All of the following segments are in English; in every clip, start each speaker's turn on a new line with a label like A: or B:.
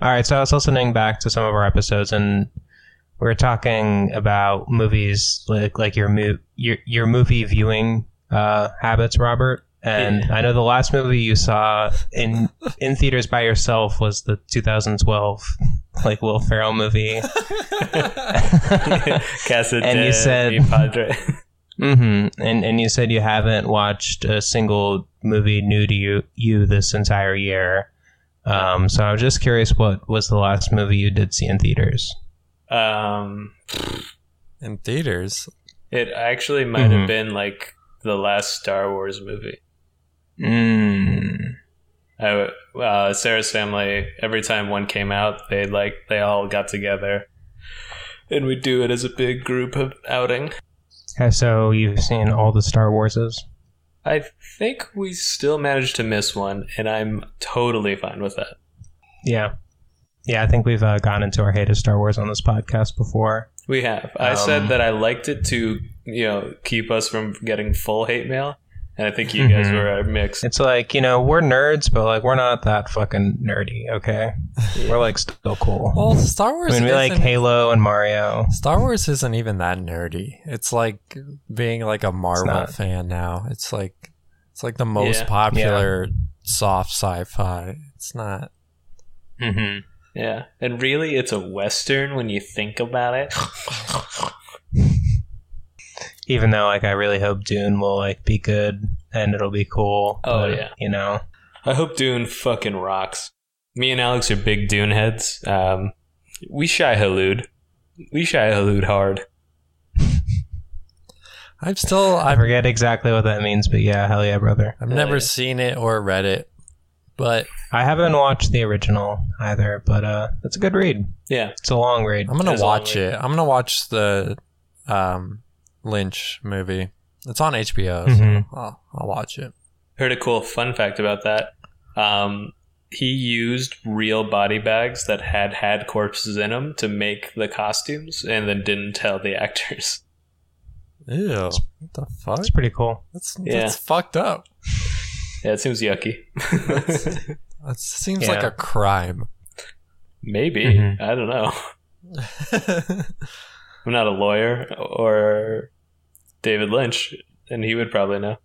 A: All right, so I was listening back to some of our episodes, and we were talking about movies, like like your mo- your your movie viewing uh, habits, Robert. And I know the last movie you saw in in theaters by yourself was the 2012 like Will Ferrell movie.
B: Casa
A: And
B: de
A: you said-
B: mi padre.
A: hmm And and you said you haven't watched a single movie new to you you this entire year. Um, so I was just curious, what was the last movie you did see in theaters?
B: Um,
C: in theaters. Mm-hmm.
B: it actually might
A: Mhm.
B: have been like the last Star Wars movie.
A: Mm.
B: I w uh, Sarah's family, every time one came out, they like they all got together, and we do it as a big group of outing.
A: Okay, So you've seen all the Star Warses?
B: I think we still managed to miss one, and I'm totally fine with that.
A: Yeah, yeah. I think we've uh, gone into our hate of Star Wars on this podcast before.
B: We have. I
A: Um,
B: said that I liked it to you know keep us from getting full hate mail, and I think you guys
A: Mhm.
B: were a mix.
A: It's like you know we're nerds, but like we're not that fucking nerdy. Okay, we're like still cool.
C: Well, Star
A: I
C: Wars.
A: mean, we like
C: isn't-
A: Halo and Mario.
C: Star Wars isn't even that nerdy. It's like being like a Marvel
A: not.
C: fan now. It's like it's like the most
B: Yeah.
C: popular soft sci-fi. It's not.
A: Mm-hmm.
B: Yeah, and really, it's a western when you think about it.
A: Even though, like, I really hope Dune will like be good and it'll be cool.
B: Oh, yeah.
A: you know.
B: I hope Dune fucking rocks. Me and Alex are big Dune heads. Um, we shy halud. We shy halud hard.
C: I'm still.
A: I
C: I've
A: forget exactly what that means, but yeah, hell yeah, brother.
C: I've
B: Yeah,
C: never
B: yeah.
C: seen it or read it, but
A: I haven't watched the original either, but uh, it's a good read.
B: Yeah,
A: It's a long read.
C: I'm gonna
B: There's
C: watch
B: only-
C: it. I'm gonna watch the um, Lynch movie. It's on HBO,
A: Mhm.
C: so I'll, I'll watch it.
B: heard a cool fun fact about that. Um, he used real body bags that had had corpses in them to make the costumes, and then didn't tell the actors.
C: Ew! What the fuck?
A: It's pretty cool.
C: That's
B: Yeah.
C: that's fucked up.
B: Yeah, it seems yucky.
C: That seems
A: Yeah.
C: like a crime.
B: Maybe
A: Mhm.
B: I don't know. I'm not a lawyer or David Lynch, and he would probably know.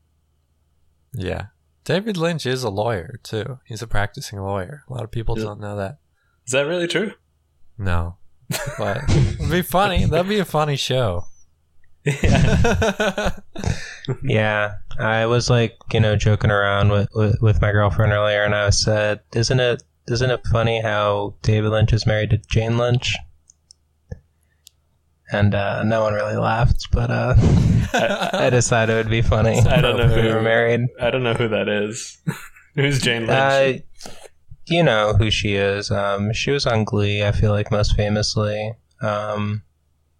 C: yeah. David Lynch is a lawyer too. He's a practicing lawyer. A lot of people
B: Yeah.
C: don't know that.
B: Is that really true?
C: No. But it'd be funny. That'd be a funny show.
B: yeah.
A: Yeah, I was like, you know, joking around with, with with my girlfriend earlier, and I said, "Isn't it isn't it funny how David Lynch is married to Jane Lynch?" And uh, no one really laughed, but uh, I decided it would be funny.
B: I don't know
A: if we
B: who-
A: were married.
B: I don't know who that is. Who's Jane Lynch?
A: Uh, you know who she is. Um, she was on Glee. I feel like most famously, um,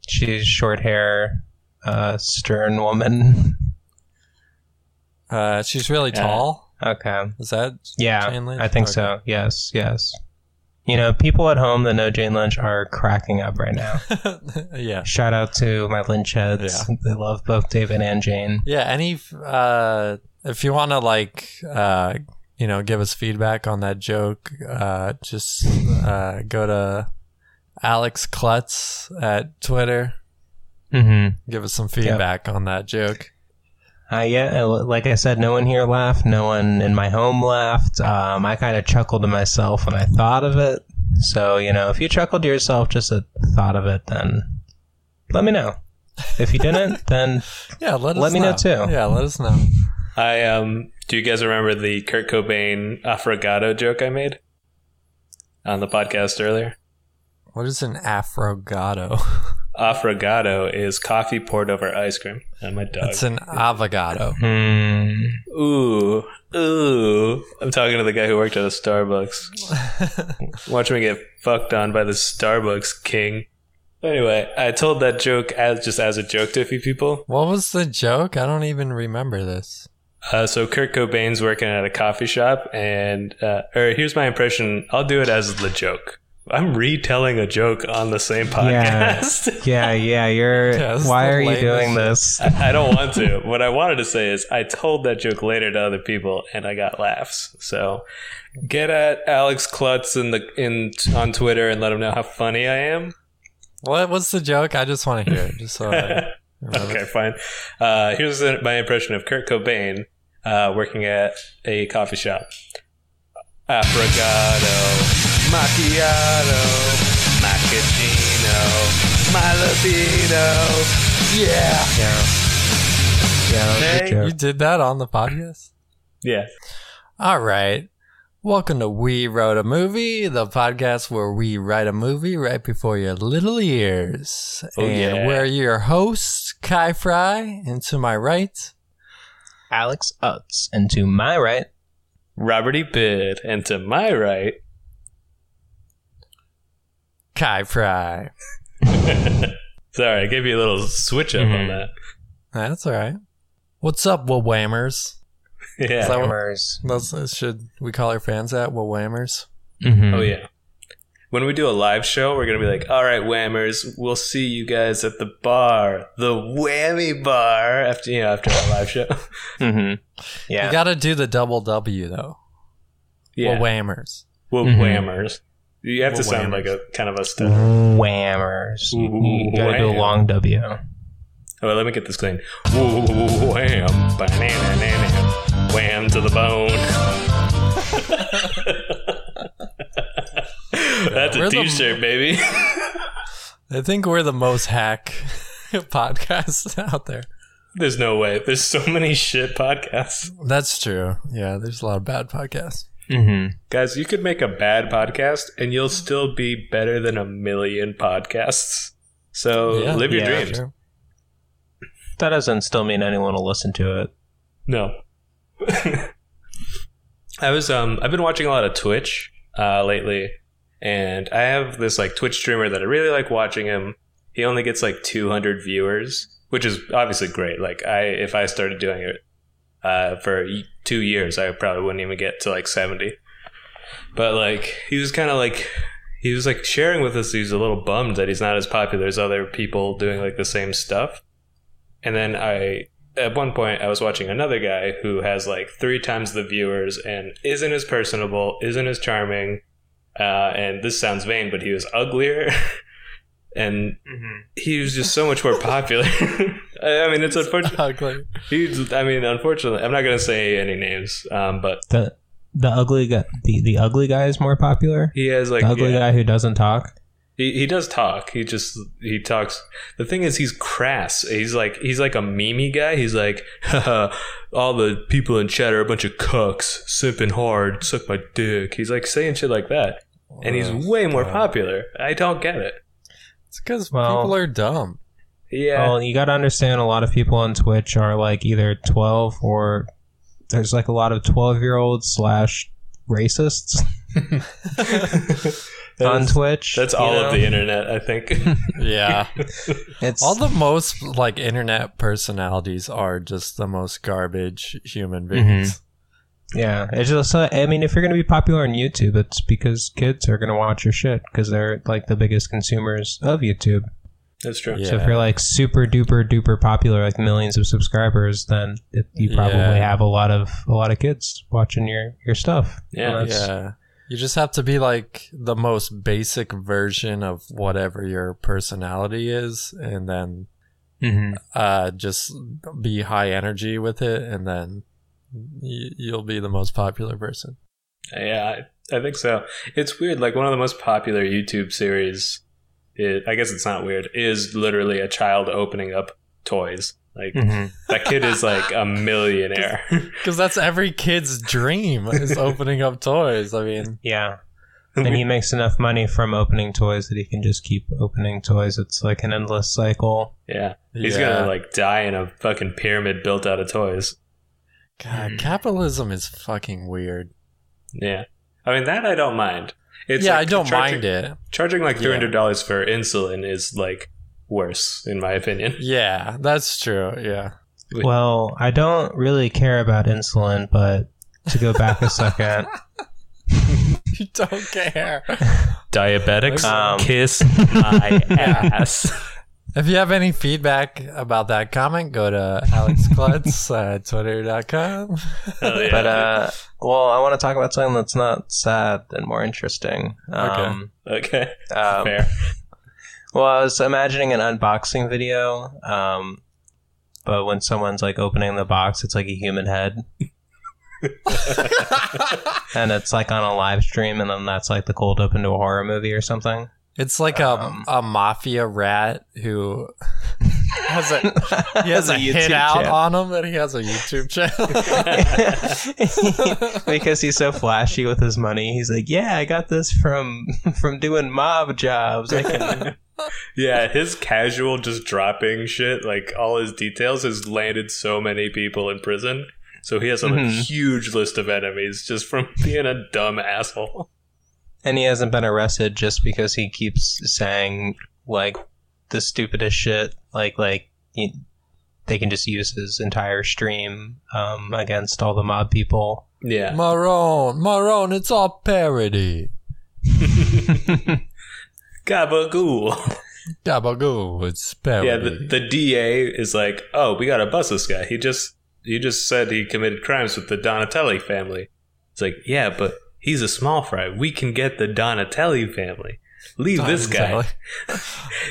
A: she's short hair, uh, stern woman.
C: uh, she's really
B: Yeah.
C: tall.
A: okay.
C: Is that
A: Yeah,
C: Jane Lynch? Oh,
A: I think
C: Okay.
A: so. Yes, yes. You know, people at home that know Jane Lynch are cracking up right now.
C: yeah.
A: Shout out to my Lynch heads. They love both David and Jane.
C: Yeah, any uh if you want to like uh you know give us feedback on that joke, uh just uh go to Alex Klutz at Twitter.
A: Mm-hmm.
C: Give us some feedback on that joke.
A: Uh, yeah, uh, like I said, no one here laughed. No one in my home laughed. Um, I kind of chuckled to myself when I thought of it. So, you know, if you chuckled to yourself just at the thought of it, then let me know. If you didn't, then
C: Yeah, let,
A: Let
C: us
A: me know too.
C: Yeah, let us know.
B: I um. Do you guys remember the Kurt Cobain affogato joke I made on the podcast earlier?
C: What is an affogato?
B: Affogato is coffee poured over ice cream. And my dog.
C: It's an avocado.
A: hmm,
B: ooh, ooh. I'm talking to the guy who worked at a Starbucks. Watch me get fucked on by the Starbucks king. Anyway, I told that joke as just as a joke to a few people.
C: what was the joke? I don't even remember this.
B: Uh, so Kurt er, Cobain's working at a coffee shop, and uh, or here's my impression. I'll do it as the joke. I'm retelling a joke on the same podcast.
A: Yeah, yeah, you're.
C: Yeah, this is
A: why
C: the
A: are you doing this?
B: I don't want to. What I wanted to say is I told that joke later to other people and I got laughs. So get at Alex Klutz in the in on Twitter and let him know how funny I am.
C: What was the joke? I just want to hear it. Just so I remember.
B: Okay, fine. Uh, here's a- my impression of Kurt Cobain uh, working at a coffee shop. Affogato, macchiato, macchiato, malabino. Yeah.
A: Yeah. Yeah, that was a
B: Hey,
A: good joke.
C: You did that on the podcast?
B: Yeah.
C: All right. Welcome to We Wrote a Movie, the podcast where we write a movie right before your little ears.
B: Oh,
C: and
B: yeah.
C: we're your hosts, Kai Fry, and to my right,
A: Alex Utz, and to my right,
B: Robert E. Bid. And to my right,
C: Kai Fry.
B: sorry, I gave you a little switch up
C: Mm-hmm.
B: on
A: Mhm.
B: that.
C: That's all right. What's up, Will Whammers?
B: Yeah.
C: So-
A: Hammers.
C: That's, that uh, should we call our fans that, Will Whammers?
A: Mhm.
B: Oh yeah. When we do a live show, we're gonna be like, "All right, whammers, we'll see you guys at the bar, the whammy bar." After you know, after our live show.
A: Mhm.
B: Mm-hmm.
C: You
A: Yeah.
C: got to do the double W, though.
B: yeah,
C: Will Whammers.
B: Well,
A: Mhm.
B: whammers. You have to
C: Mm-hmm. Well,
B: sound like
C: whammers.
B: a kind of a stutter.
A: Whammers. You, you gotta do a long W.
C: Mm-hmm.
B: Oh, let me get this clean. Wham, ba-na-na-na-na. wham to the bone. That's
C: We're
B: a
C: the-
B: T-shirt, baby.
C: I think we're the most hack podcast out there.
B: There's no way. There's so many shit podcasts.
C: That's true. Yeah, there's a lot of bad podcasts.
A: Mm-hmm.
B: Guys, you could make a bad podcast and you'll still be better than a million podcasts. So
C: Yeah.
B: live your
A: Yeah.
B: dreams.
C: True.
A: That doesn't still mean anyone will listen to it.
B: No. I was um I've been watching a lot of Twitch uh lately and I have this like Twitch streamer that I really like watching him. He only gets like 200 viewers, which is obviously great. Like I if I started doing it uh for y- 2 years, I probably wouldn't even get to like 70. But like he was kind of like he was like sharing with us he's a little bummed that he's not as popular as other people doing like the same stuff. And then I at one point I was watching another guy who has like three times the viewers and isn't as personable, isn't as charming, uh, and this sounds vain, but he was uglier, and he was just so much more popular. I I mean, it's unfortunate.
C: Ugly.
B: He's, I mean, unfortunately, I'm not gonna say any names, um, but
A: The the ugly guy the, the ugly guy is more popular.
B: he has like
A: the ugly
B: yeah.
A: guy who doesn't talk.
B: He, he does talk. He just he talks. The thing is, he's crass. He's like he's like a memey guy. He's like, Haha, all the people in chat are a bunch of cucks, simping hard, suck my dick. He's like saying shit like that, and he's
A: Oh,
B: way more popular. I don't get it.
C: uh, It's because
A: Well-
C: people are dumb.
B: Yeah,
A: Well, you got to understand a lot of people on Twitch are like either 12 or there's like a lot of 12 year olds slash racists Oh. on
B: that's,
A: Twitch.
B: that's
A: you
B: all of
A: know?
B: the internet. I think.
C: Yeah.
A: It's
C: All the most like internet personalities are just the most garbage human
B: Mm-hmm.
C: beings.
A: yeah. It's just uh, I mean, if you're gonna be popular on YouTube, it's because kids are gonna watch your shit because they're like the biggest consumers of YouTube.
B: that's true.
C: Yeah.
A: So if you're like super duper duper popular, like millions of subscribers, then it, you probably
C: Yeah.
A: have a lot of a lot of kids watching your your stuff.
B: Yeah.
A: And that's-
C: Yeah. You just have to be like the most basic version of whatever your personality is and then
B: Mm-hmm.
A: Mhm.
C: uh just be high energy with it and then y- you'll be the most popular person.
B: Yeah, I, I think so. It's weird. Like one of the most popular YouTube series, it, I guess it's not weird, is literally a child opening up toys. Like
C: Hmm.
A: Mm-hmm.
B: that kid is like a millionaire.
C: Cuz that's every kid's dream is opening up toys. I mean,
A: Yeah. And he makes enough money from opening toys that he can just keep opening toys. It's like an endless cycle.
B: yeah, he's
C: yeah.
B: gonna like die in a fucking pyramid built out of toys. mm-hmm.
C: God, capitalism is fucking weird.
B: Yeah, I mean that I don't mind. It's
C: yeah,
B: like
C: I don't
B: charging,
C: mind it.
B: Charging like
C: Yeah.
B: three hundred dollars for insulin is like worse, in my opinion.
C: Yeah, that's true. Yeah.
B: Wait.
A: Well, I don't really care about insulin, but to go back a second,
C: you don't care.
B: Diabetics
A: Um,
B: kiss my ass.
C: If you have any feedback about that comment, go to Alex Klutz at
B: Hell
C: twitter.com.
B: Oh, yeah.
A: But uh, well, I want to talk about something that's not sad and more interesting. Um,
B: okay,
A: um,
B: fair.
A: well, I was imagining an unboxing video, um, but when someone's like opening the box, it's like a human head, and it's like on a live stream, and then that's like the cold open to a horror movie or something.
C: It's like a
A: Um.
C: a mafia rat who has a he has a,
A: That's
C: hit out
A: channel.
C: on him, and he has a YouTube channel.
A: because he's so flashy with his money, he's like, "Yeah, I got this from from doing mob jobs. I can
B: Yeah, his casual just dropping shit, like all his details, has landed so many people in prison. So he has a
A: Mhm.
B: huge list of enemies just from being a dumb asshole.
A: and he hasn't been arrested just because he keeps saying like the stupidest shit like like he, they can just use his entire stream um, against all the mob people
B: Yeah.
C: Marone, Marone, it's all parody.
B: Gabagool.
C: Gabagoo, it's parody.
B: Yeah, the, the DA is like, oh, we gotta bust this guy. He just he just said he committed crimes with the Donatelli family. It's like, yeah, but he's a small fry. We can get the Donatelli family. Leave this guy.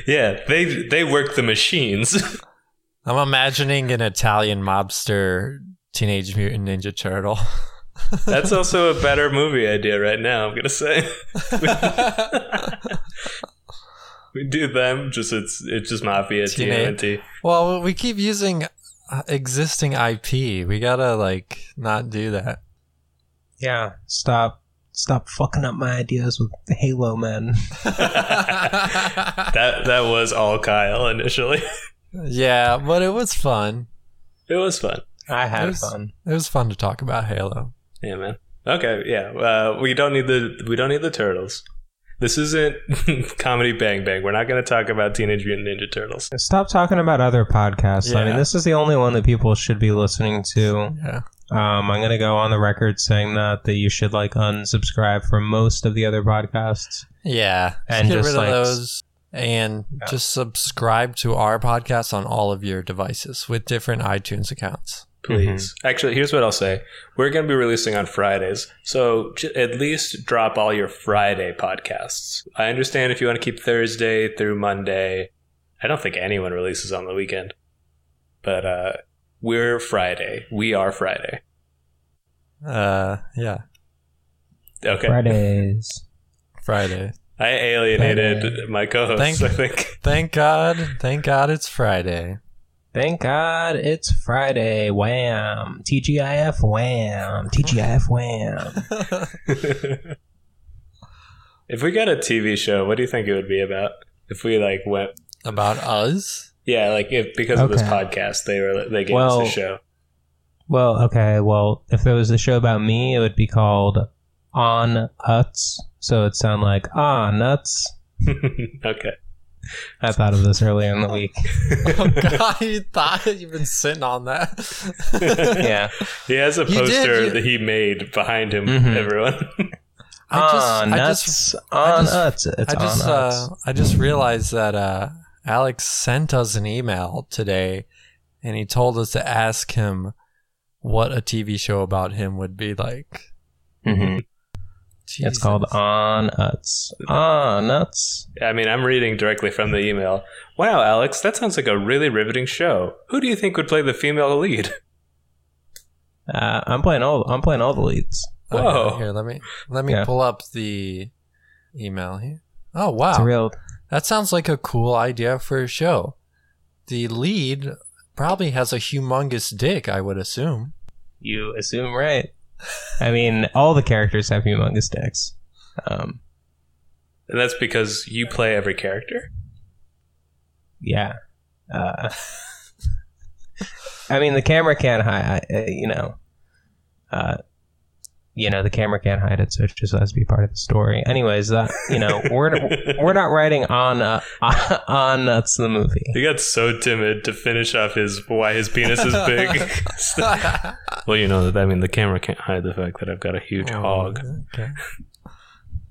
B: Yeah, they they work the machines.
C: I'm imagining an Italian mobster Teenage Mutant Ninja Turtle.
B: That's also a better movie idea right now, I'm gonna say. we do them, just it's it's just mafia
C: Teenage-
B: TMNT.
C: well, we keep using uh, existing IP. We gotta like not do that.
A: yeah stop stop fucking up my ideas with halo men
B: That that was all Kyle initially.
C: yeah, but it was fun.
B: It was fun.
A: i had
C: There's-
A: fun
C: It was fun to talk about Halo.
B: Yeah, man. Okay, yeah. Uh, we don't need the we don't need the turtles. This isn't comedy bang bang. We're not going to talk about Teenage Mutant Ninja Turtles.
A: stop talking about other podcasts i
C: Yeah.
A: mean this is the only one that people should be listening to
C: Yeah.
A: Um, I'm gonna go on the record saying that that you should like unsubscribe from most of the other podcasts.
C: Yeah.
A: And
C: get
A: just,
C: rid
A: like,
C: of those and just subscribe to our podcast on all of your devices with different iTunes accounts.
B: Please. Mm-hmm. Actually, here's what I'll say. We're going to be releasing on Fridays. So j- at least drop all your Friday podcasts. I understand if you want to keep Thursday through Monday. I don't think anyone releases on the weekend. But uh, we're Friday. We are Friday.
C: Uh yeah.
B: Okay.
A: Fridays.
C: Friday.
B: I alienated
A: Friday.
B: my co
C: Thank-
B: hosts, I think.
C: Thank God. Thank God it's Friday.
A: Thank God it's Friday. Wham. TGIF. Wham. TGIF. Wham.
B: if we got a TV show, what do you think it would be about? If we like went,
C: About us?
B: yeah, like if because of this
A: Okay.
B: podcast, they were they gave
A: Well-
B: us a show.
A: well, okay. Well, if there was a show about me, it would be called On Huts. So it'd sound like Ah Nuts.
B: okay,
A: I thought of this earlier in the week.
C: Oh God, you thought you've been sitting on that.
A: Yeah.
B: he has a
C: did,
B: poster
C: you-
B: that he made behind him.
A: Mhm.
B: Everyone,
C: I just-
A: Ah
C: I
A: Nuts.
C: just-
A: on
C: just-
A: Nuts. It's
C: I just
A: On Nuts.
C: uh, I just realized that uh, Alex sent us an email today, and he told us to ask him what a TV show about him would be like.
A: Mhm. It's called
C: Jesus.
A: On Nuts. On Nuts.
B: I mean, I'm reading directly from the email. Wow, Alex, that sounds like a really riveting show. Who do you think would play the female lead?
A: Uh, I'm playing all. I'm playing all the leads.
C: Okay,
B: Whoa.
C: here, let me let me
A: Yeah.
C: pull up the email here. Oh
A: It's
C: wow,
A: real.
C: that sounds like a cool idea for a show. The lead probably has a humongous dick, I would assume.
A: You assume right. I mean, all the characters have humongous dicks. Um,
B: And that's because you play every character.
A: yeah. Uh, I mean, the camera can't hide. Uh, you know. Uh, you know, the camera can't hide it, so it just has to be part of the story. Anyways, that you know, we're we're not writing on uh, on Nuts the movie.
B: He got so timid to finish off his why his penis is big.
A: Oh.
B: well, you know that I mean the camera can't hide the fact that I've got a huge hog.
C: Oh, Okay.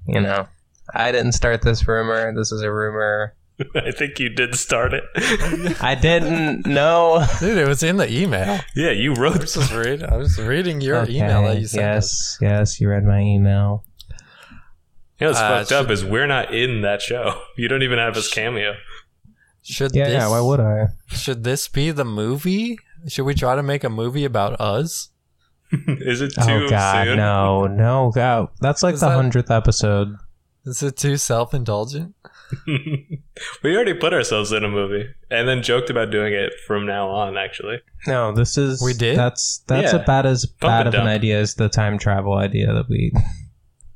A: You know, I didn't start this rumor. This is a rumor.
B: I think you did start it.
A: I didn't know.
C: Dude, it was in the email.
B: yeah, you
C: I
B: wrote.
C: was just reading, I was reading your email that you sent. us.
A: Yes, yes, you read my email.
B: You know what's
C: Uh,
B: fucked
C: should-
B: up is we're not in that show. You don't even have us cameo.
C: Should
A: Yeah,
C: this,
A: yeah. Why would I?
C: Should this be the movie? Should we try to make a movie about us?
B: is it too
A: Oh God,
B: soon?
A: no, no, God. That's like
C: Is
A: the
C: that-
A: hundredth episode.
C: Is it too self indulgent?
B: we already put ourselves in a movie and then joked about doing it from now on. Actually,
A: No, this is
C: We did?
A: That's that's
B: Yeah.
A: about as
B: and
A: bad of an
B: dump.
A: idea as the time travel idea that we.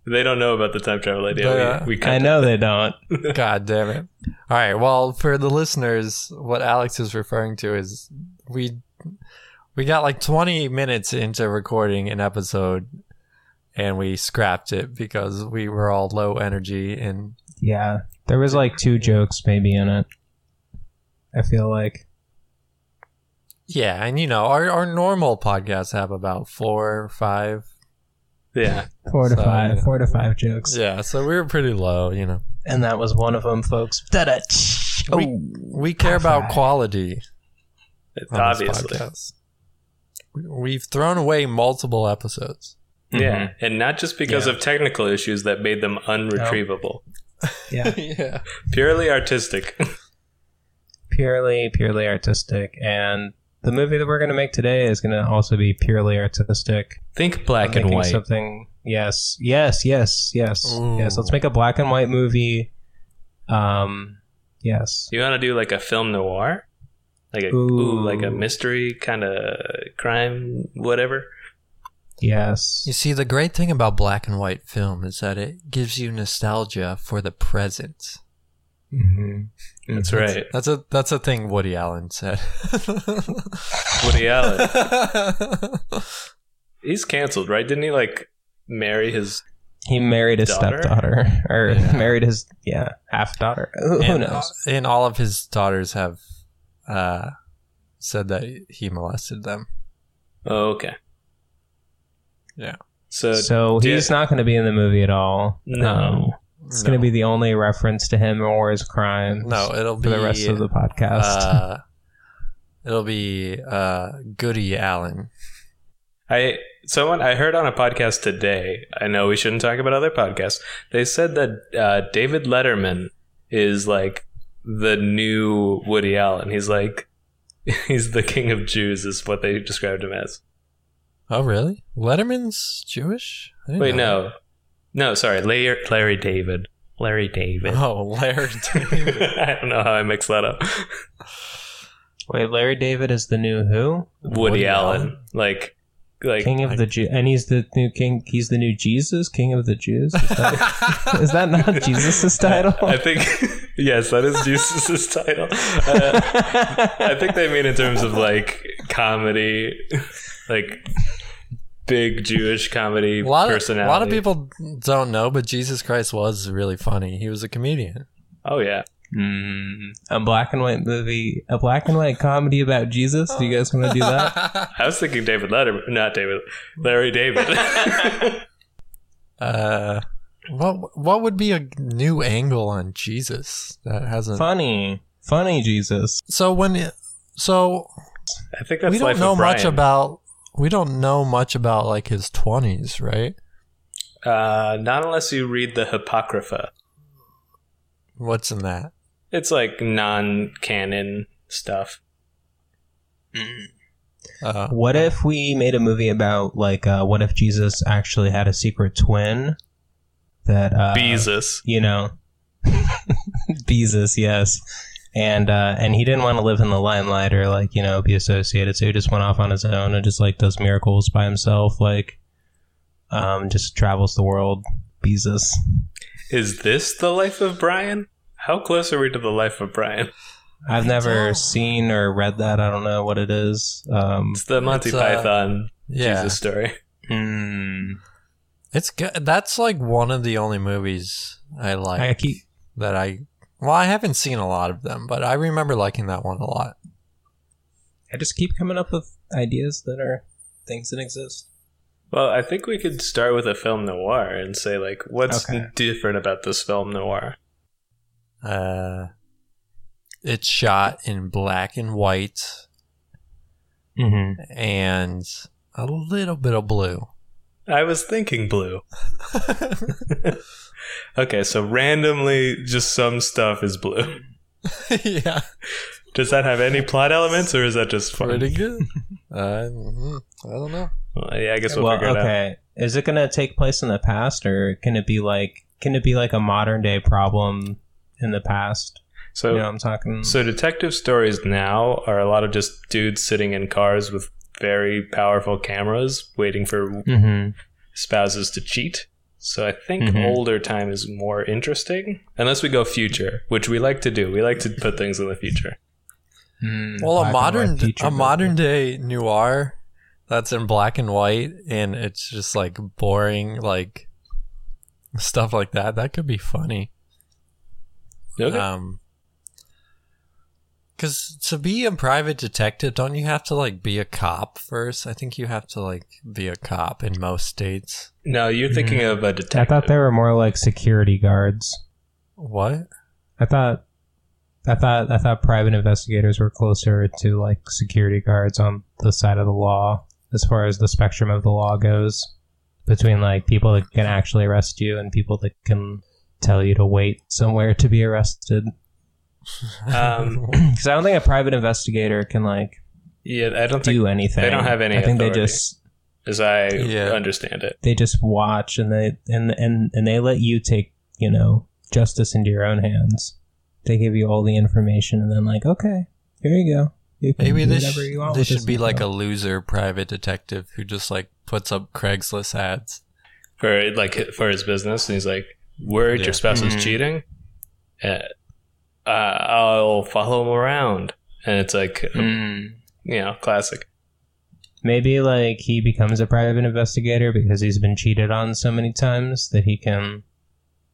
B: they don't know about the time travel idea.
C: But, uh,
B: we we
A: I
B: kind
A: know they don't.
C: God damn it. All right. Well, for the listeners, what Alex is referring to is we we got like 20 minutes into recording an episode and we scrapped it because we were all low energy and
A: Yeah, there was like two jokes maybe in it. I feel like
C: yeah, and you know, our our normal podcasts have about 4 or 5.
B: yeah.
A: four to
C: So,
A: five,
C: yeah.
A: four to five jokes,
C: Yeah, so we were pretty low, you know.
A: and that was one of them, folks. Da-da.
C: We- We care about quality.
B: It's
C: on this
B: obviously.
C: podcast. We- We've thrown away multiple episodes.
B: Mm-hmm. Yeah, and not just because of technical issues that made them unretrievable.
C: yeah.
B: Purely artistic.
A: purely, purely artistic, and the movie that we're going to make today is going to also be purely artistic.
B: Think
A: I'm
B: black and
A: thinking
B: white.
A: Something. Yes. Yes. Yes. Yes.
C: Ooh.
A: Yes. Let's make a black and white movie. Um. Yes.
B: You want to do like a film noir? Like a
A: Ooh.
B: ooh, like a mystery kind of crime whatever.
A: Yes.
C: You see, the great thing about black and white film is that it gives you nostalgia for the present.
A: hmm
B: That's right.
C: That's a that's a thing Woody Allen said.
B: Woody Allen. He's canceled, right? Didn't he like marry his
A: He married his
B: Daughter?
A: stepdaughter, or
C: Yeah.
A: married his yeah half daughter. Who
C: and,
A: knows?
C: and all of his daughters have uh, said that he molested them.
B: Oh, okay.
C: Yeah.
B: So,
A: so
B: do-
A: he's not going to be in the movie at all. Um,
B: No.
A: it's going to be the only reference to him or his crimes.
C: no. It'll
A: for
C: be
A: the rest of the podcast.
C: Uh, it'll be uh, Goody Allen.
B: I someone I heard on a podcast today. I know we shouldn't talk about other podcasts. They said that uh, David Letterman is like the new Woody Allen. He's like he's the king of Jews, is what they described him as.
C: Oh, really? Letterman's Jewish? I didn't
B: Wait,
C: know
B: no, no, sorry, Larry, Larry David, Larry
C: that.
B: David.
C: Oh, Larry David.
B: I don't know how I mixed that up.
A: Wait, Larry David is the new who?
B: Woody,
C: Woody
B: Allen.
C: Allen?
B: like like
A: King of the Jews, and he's the new king. He's the new Jesus, King of the Jews. Is that, is that not Jesus's title?
B: I think yes, that is Jesus's title. Uh, I think they mean in terms of like comedy, like big Jewish comedy
C: a, lot of, a
B: personality.
C: lot of people don't know, but Jesus Christ was really funny. He was a comedian.
B: Oh yeah,
A: Mm, a black and white movie, a black and white comedy about Jesus. Do you guys want to do that?
B: I was thinking David Letterman, not David, Larry David.
C: uh, what what would be a new angle on Jesus that hasn't?
A: funny, funny Jesus.
C: So when so
B: I think that's
C: we
B: Life
C: don't
B: of
C: know much
B: Brian.
C: about we don't know much about like his twenties, right?
B: Uh, not unless you read the Apocrypha.
C: What's in that?
B: It's like non-canon stuff.
C: Uh,
A: What if we made a movie about like, uh, what if Jesus actually had a secret twin that uh,
C: Uh-huh.
B: Jesus.
A: you know, Beezus, yes. And uh, and he didn't want to live in the limelight or like you know be associated, so he just went off on his own and just like does miracles by himself, like um, just travels the world. Beezus.
B: Is this the Life of Brian? How close are we to the Life of Brian?
A: I've never
C: don't-
A: seen or read that. I don't know what it is. Um,
B: It's the Monty
C: It's, uh,
B: Python
C: yeah,
B: Jesus story.
A: hmm.
C: it's good. That's like one of the only movies I like
A: I keep
C: that I. Well, I haven't seen a lot of them, but I remember liking that one a lot.
A: I just keep coming up with ideas that are things that exist.
B: Well, I think we could start with a film noir and say like, what's
A: Okay.
B: different about this film noir?
C: Uh, it's shot in black and white
A: Mm-hmm.
C: and a little bit of blue.
B: I was thinking blue. Okay, so randomly, just some stuff is blue.
C: yeah,
B: Does that have any plot elements, or is that just fun?
C: pretty good. Uh, mhm. I don't know.
B: Well, yeah, I guess we'll,
A: Well,
B: figure it out.
A: okay. Is it going to take place in the past, or can it be like can it be like a modern day problem in the past?
B: So,
A: you know, what I'm talking.
B: so detective stories now are a lot of just dudes sitting in cars with very powerful cameras, waiting for
A: hmm
B: spouses to cheat. So I think
A: Mhm.
B: older time is more interesting, unless we go future, which we like to do. We like to put things in the future.
C: Well, a modern a modern day noir that's in black and white and it's just like boring like stuff like that. That could be funny.
B: Okay.
C: Um, because to be a private detective, don't you have to like be a cop first? I think you have to like be a cop in most states.
B: no, you're thinking of a detective.
A: I thought they were more like security guards.
C: What?
A: I thought, I thought, I thought private investigators were closer to like security guards on the side of the law as far as the spectrum of the law goes between like people that can actually arrest you and people that can tell you to wait somewhere to be arrested.
B: Um,
A: Because I don't think a private investigator can like
B: yeah, I don't think
A: do anything.
B: they don't have any
A: I think they
B: authority.
A: just
B: as I
C: Yeah.
B: understand it.
A: they just watch and they and and and they let you take you know justice into your own hands. They give you all the information and then like, okay, here you go. You can
C: Maybe
A: do
C: this
A: whatever you want
C: this
A: with
C: should be
A: info.
C: like a loser private detective who just like puts up Craigslist ads.
B: for like for his business, and he's like, "Worried,
C: Yeah.
B: your spouse
A: Mhm.
B: is cheating. Uh, uh, I'll follow him around." And it's like,
A: Mm.
B: Hmm. you know, classic.
A: Maybe like he becomes a private investigator because he's been cheated on so many times that he can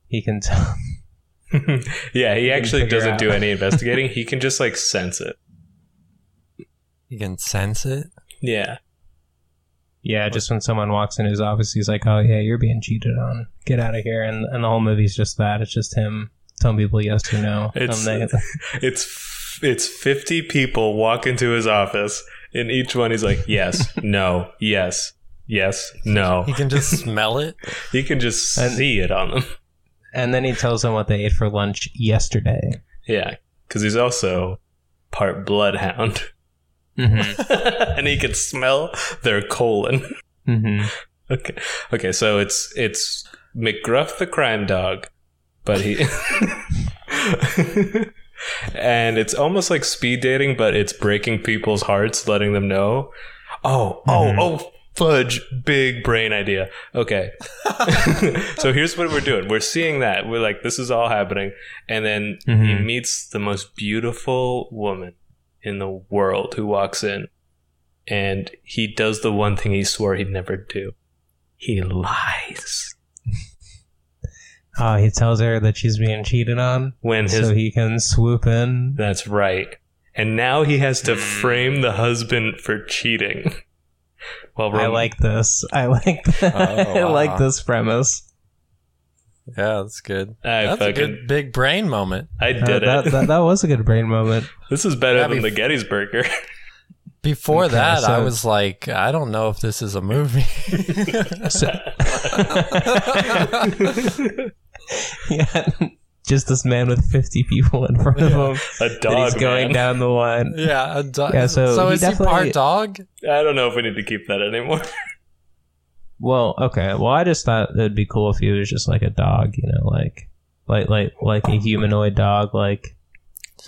A: he can tell.
B: yeah, he
A: can
B: actually
A: figure
B: doesn't
A: out.
B: do any investigating. he can just like sense it.
C: You can sense it.
B: Yeah,
A: Yeah, just when someone walks in his office, he's like, "Oh yeah, you're being cheated on. Get out of here!" And and the whole movie's just that. It's just him telling people yes or no. And
B: It's-
A: they-
B: it's f- it's fifty people walk into his office, and each one he's like, "Yes, no, yes." Yes, no.
C: You can just smell it.
B: He can just
A: And-
B: see it on them.
A: and then he tells them what they ate for lunch yesterday.
B: Yeah, because he's also part bloodhound.
A: Mm-hmm.
B: and he could smell their colon.
A: mm-hmm.
B: Okay, okay, so it's it's McGruff the crime dog, but he and it's almost like speed dating, but it's breaking people's hearts, letting them know. Oh, oh,
A: Mhm.
B: oh. Fudge, big brain idea. Okay. so here's what we're doing. We're seeing that. We're like, this is all happening. And then he
A: Mhm.
B: meets the most beautiful woman in the world who walks in and he does the one thing he swore he'd never do. He lies
A: Oh, he tells her that she's being cheated on,
B: when his.
A: so he can swoop in.
B: that's right. And now he has
C: Hmm.
B: to frame the husband for cheating. Well,
A: I
B: Rom-
A: like this. I like.
B: Oh,
A: I
C: wow.
A: like this premise.
C: Yeah, that's good.
B: I
C: that's a
B: fucking.
C: good big brain moment.
B: I
A: Uh,
B: did
A: that,
B: it.
A: that that was a good brain moment.
B: this is better
C: That'd
B: than
C: be-
B: the Gettysburger.
C: Before
A: Okay,
C: that, I
A: so-
C: was like, I don't know if this is a movie.
A: yeah, just this man with fifty people in front of
C: Yeah.
A: him.
B: A
A: that
B: dog.
A: he's going
B: man.
A: down the line.
C: yeah, a dog.
A: Yeah, so
C: so
A: he
C: is he
A: definitely-
C: part dog?
B: I don't know if we need to keep that anymore.
A: Well, okay. Well, I just thought it'd be cool if he was just like a dog, you know, like like like like a humanoid dog, like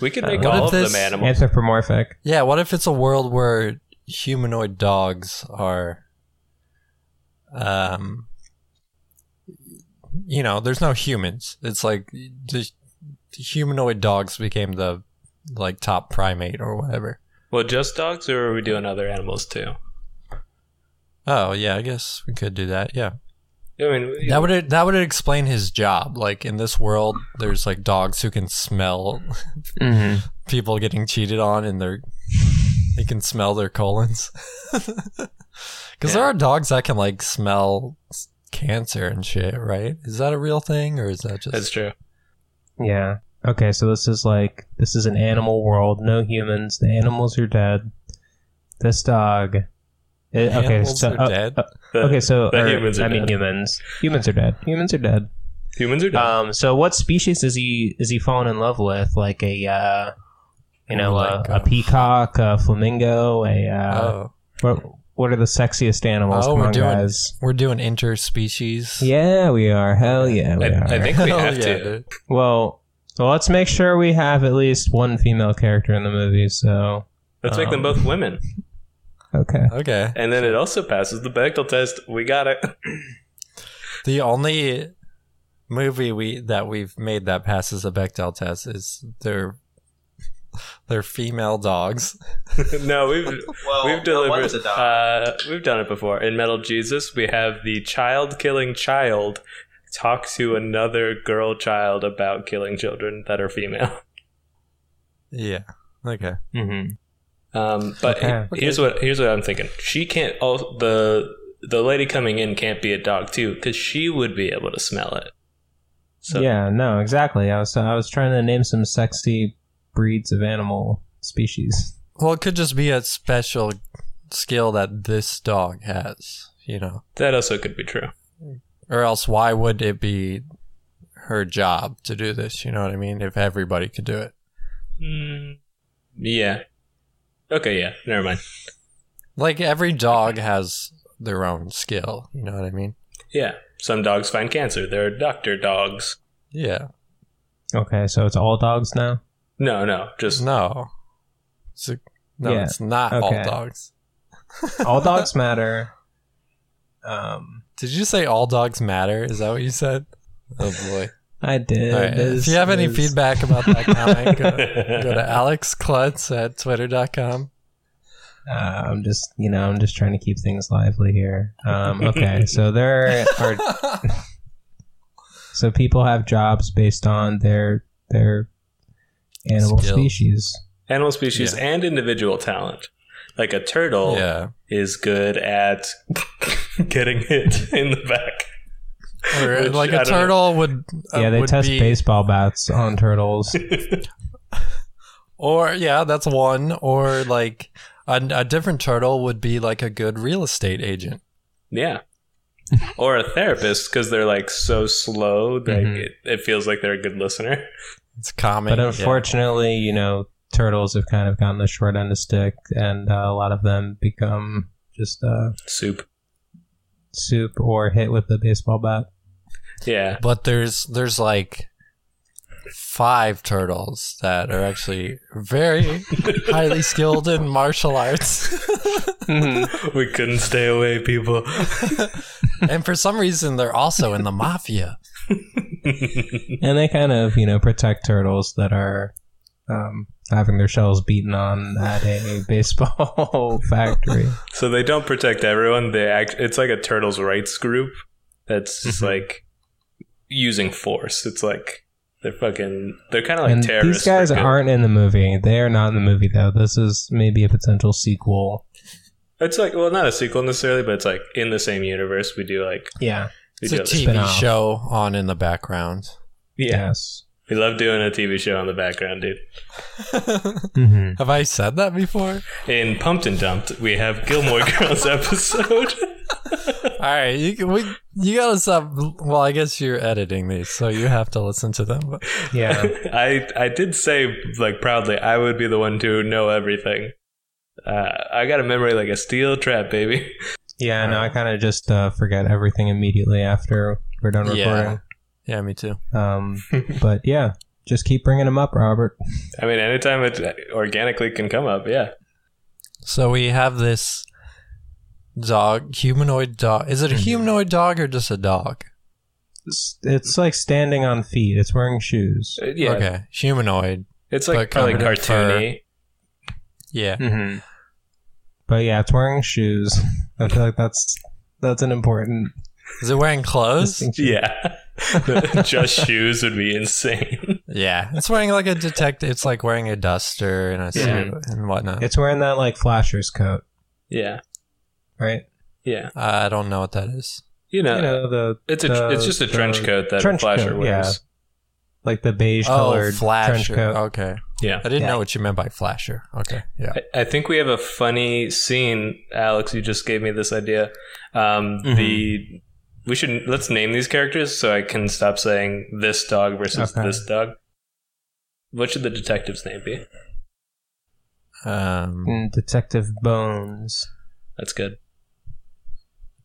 B: We could
A: Uh,
B: make
A: what
B: all
C: if
B: of them
C: this-
B: animals.
A: anthropomorphic.
C: Yeah, what if it's a world where humanoid dogs are, um, you know, there's no humans. It's like the the humanoid dogs became the like top primate or whatever.
B: Well, just dogs, or are we doing other animals too?
C: Oh yeah, I guess we could do that. Yeah.
B: I mean,
C: That would that would explain his job. Like in this world, there's like dogs who can smell
A: Mm-hmm.
C: people getting cheated on, and they're they can smell their colons. Because there are dogs that can like smell s- cancer and shit, right? Is that a real thing or is that just
B: That's true.
A: Yeah. Okay, so this is like this is an animal world, no humans. The animals are dead. This dog. It- okay,
C: Animals
A: so
C: are
A: uh,
C: dead?
A: uh,
B: The-
A: okay, so
B: the
A: or,
B: humans are
A: I mean
B: dead.
A: humans. Humans are dead. Humans are dead.
B: humans are dead.
A: Um, so what species is he is he falling in love with? Like a, uh, you know,
C: Like,
A: a,
C: uh,
A: a peacock, a flamingo, a. Uh,
C: oh.
A: What what are the sexiest animals?
C: Oh,
A: Come
C: we're
A: on,
C: doing-
A: guys.
C: We're doing interspecies.
A: Yeah, we are. Hell yeah, we are.
B: I, I think we
C: Hell
B: have
C: Oh, yeah,
B: to.
C: dude.
A: Well, well, let's make sure we have at least one female character in the movie. So
B: Let's make them
A: Um,
B: both women.
A: okay,
C: Okay.
B: And then it also passes the Bechdel test. We got it.
C: The only movie we that we've made that passes the Bechdel test is their their female dogs.
B: no, we've
D: Well,
B: we've
D: no,
B: delivered.
D: one's a dog.
B: Uh, we've done it before in Metal Jesus. We have the child-killing child talk to another girl child about killing children that are female.
C: Yeah. Okay.
A: mm-hmm.
B: Um, but he-
A: Okay.
B: here's what here's what I'm thinking. She can't. Oh, the the lady coming in can't be a dog too, because she would be able to smell it. So
A: yeah, no, exactly. I was I was trying to name some sexy breeds of animal species.
C: Well, it could just be a special skill that this dog has, you know.
B: that also could be true.
C: Or else why would it be her job to do this, you know what I mean? If everybody could do it. Hmm.
B: Mm, yeah. Okay. Yeah. Never mind.
C: Like every dog has their own skill, you know what I mean?
B: Yeah. Some dogs find cancer. They're doctor dogs.
C: Yeah.
A: Okay, so it's all dogs now.
B: No, no, just
C: No. It's a, no,
A: Yeah.
C: it's not
A: Okay.
C: all dogs.
A: All dogs matter. Um,
C: Did you say all dogs matter? Is that what you said? Oh boy.
A: I did.
C: All right. If
A: This
C: you have any
A: is-
C: feedback about that comment, go, go to alexklutz at twitter.com.
A: Uh, I'm just, you know, I'm just trying to keep things lively here. Um, okay, so there are so people have jobs based on their their animal
C: Skill.
A: species.
B: animal species and individual talent. Like a
A: Oh.
B: turtle
C: yeah.
B: is good at getting hit in the back.
C: Or uh,
B: Which,
C: like
B: I
C: a
B: don't know.
C: turtle would uh,
A: yeah, they
C: would
A: test
C: be-
A: baseball bats on turtles.
C: Or yeah, that's one. Or like a, a different turtle would be like a good real estate agent.
B: Yeah. or a therapist because they're like so slow that
A: Mhm.
B: it, it feels like they're a good listener.
C: It's common.
A: but unfortunately, you know, turtles have kind of gotten the short end of stick, and uh, a lot of them become just uh,
B: Soup.
A: soup or hit with a baseball bat.
B: Yeah.
C: but there's there's like five turtles that are actually very highly skilled in martial arts
A: Mm-hmm.
B: we couldn't stay away, people.
C: and for some reason they're also in the mafia
A: and they kind of you know protect turtles that are um, having their shells beaten on at a baseball factory.
B: So they don't protect everyone. They act. It's like a turtles' rights group that's just
A: Mm-hmm.
B: like using force. It's like they're fucking. They're kind of like
A: and
B: terrorists.
A: these guys
B: for good.
A: aren't in the movie. They are not in the movie though. This is maybe a potential sequel.
B: It's like well, not a sequel necessarily, but it's like in the same universe. We do like
A: Yeah.
B: we
C: it's
B: do
C: a
B: other-
C: tv
A: spin-off.
C: show on in the background
B: Yeah,
A: Yes.
B: we love doing a TV show on the background, dude.
A: hmm
C: have i said that before
B: In Pumped and Dumped, we have Gilmore Girls episode.
C: all right you, can- we, you gotta stop well i guess you're editing these so you have to listen to them but
A: Yeah.
B: I I did say like proudly, I would be the one to know everything. Uh, I got a memory like a steel trap, baby.
A: Yeah. No, I kind of just uh, forget everything immediately after we're done
C: Yeah.
A: recording.
C: yeah me too
A: Um, but yeah, just keep bringing them up, Robert.
B: I mean, anytime it organically can come up, yeah.
C: So we have this dog, humanoid dog. Is it
A: Mm-hmm.
C: a humanoid dog or just a dog?
A: It's, it's like standing on feet. It's wearing shoes.
B: Uh, Yeah,
C: Okay, humanoid.
B: it's like
C: But
B: probably
C: covered in
B: cartoony.
C: Yeah.
A: Mm-hmm. But yeah, it's wearing shoes. I feel like that's that's an important
C: Is it wearing clothes?
A: distinction.
B: Yeah, just shoes would be insane.
C: Yeah. It's wearing like a detective. It's like wearing a duster and a
B: Yeah.
C: suit and whatnot.
A: It's wearing that like flasher's coat.
B: Yeah,
A: right?
B: Yeah,
C: I don't know what that is.
B: you know,
A: You know the
B: it's a
A: the-
B: it's just a
A: the
B: trench coat that
A: trench
B: a flasher
A: coat, yeah.
B: wears.
A: like the beige
C: Oh,
A: colored trench
C: flasher.
A: coat.
C: Okay.
B: Yeah.
C: I didn't
A: Yeah.
C: know what you meant by flasher. Okay. Yeah.
B: I, I think we have a funny scene, Alex. You just gave me this idea. Um, The we should let's name these characters so I can stop saying this dog versus
A: Okay.
B: this dog. What should the detective's name be?
C: Um,
A: And Detective Bones.
B: That's good.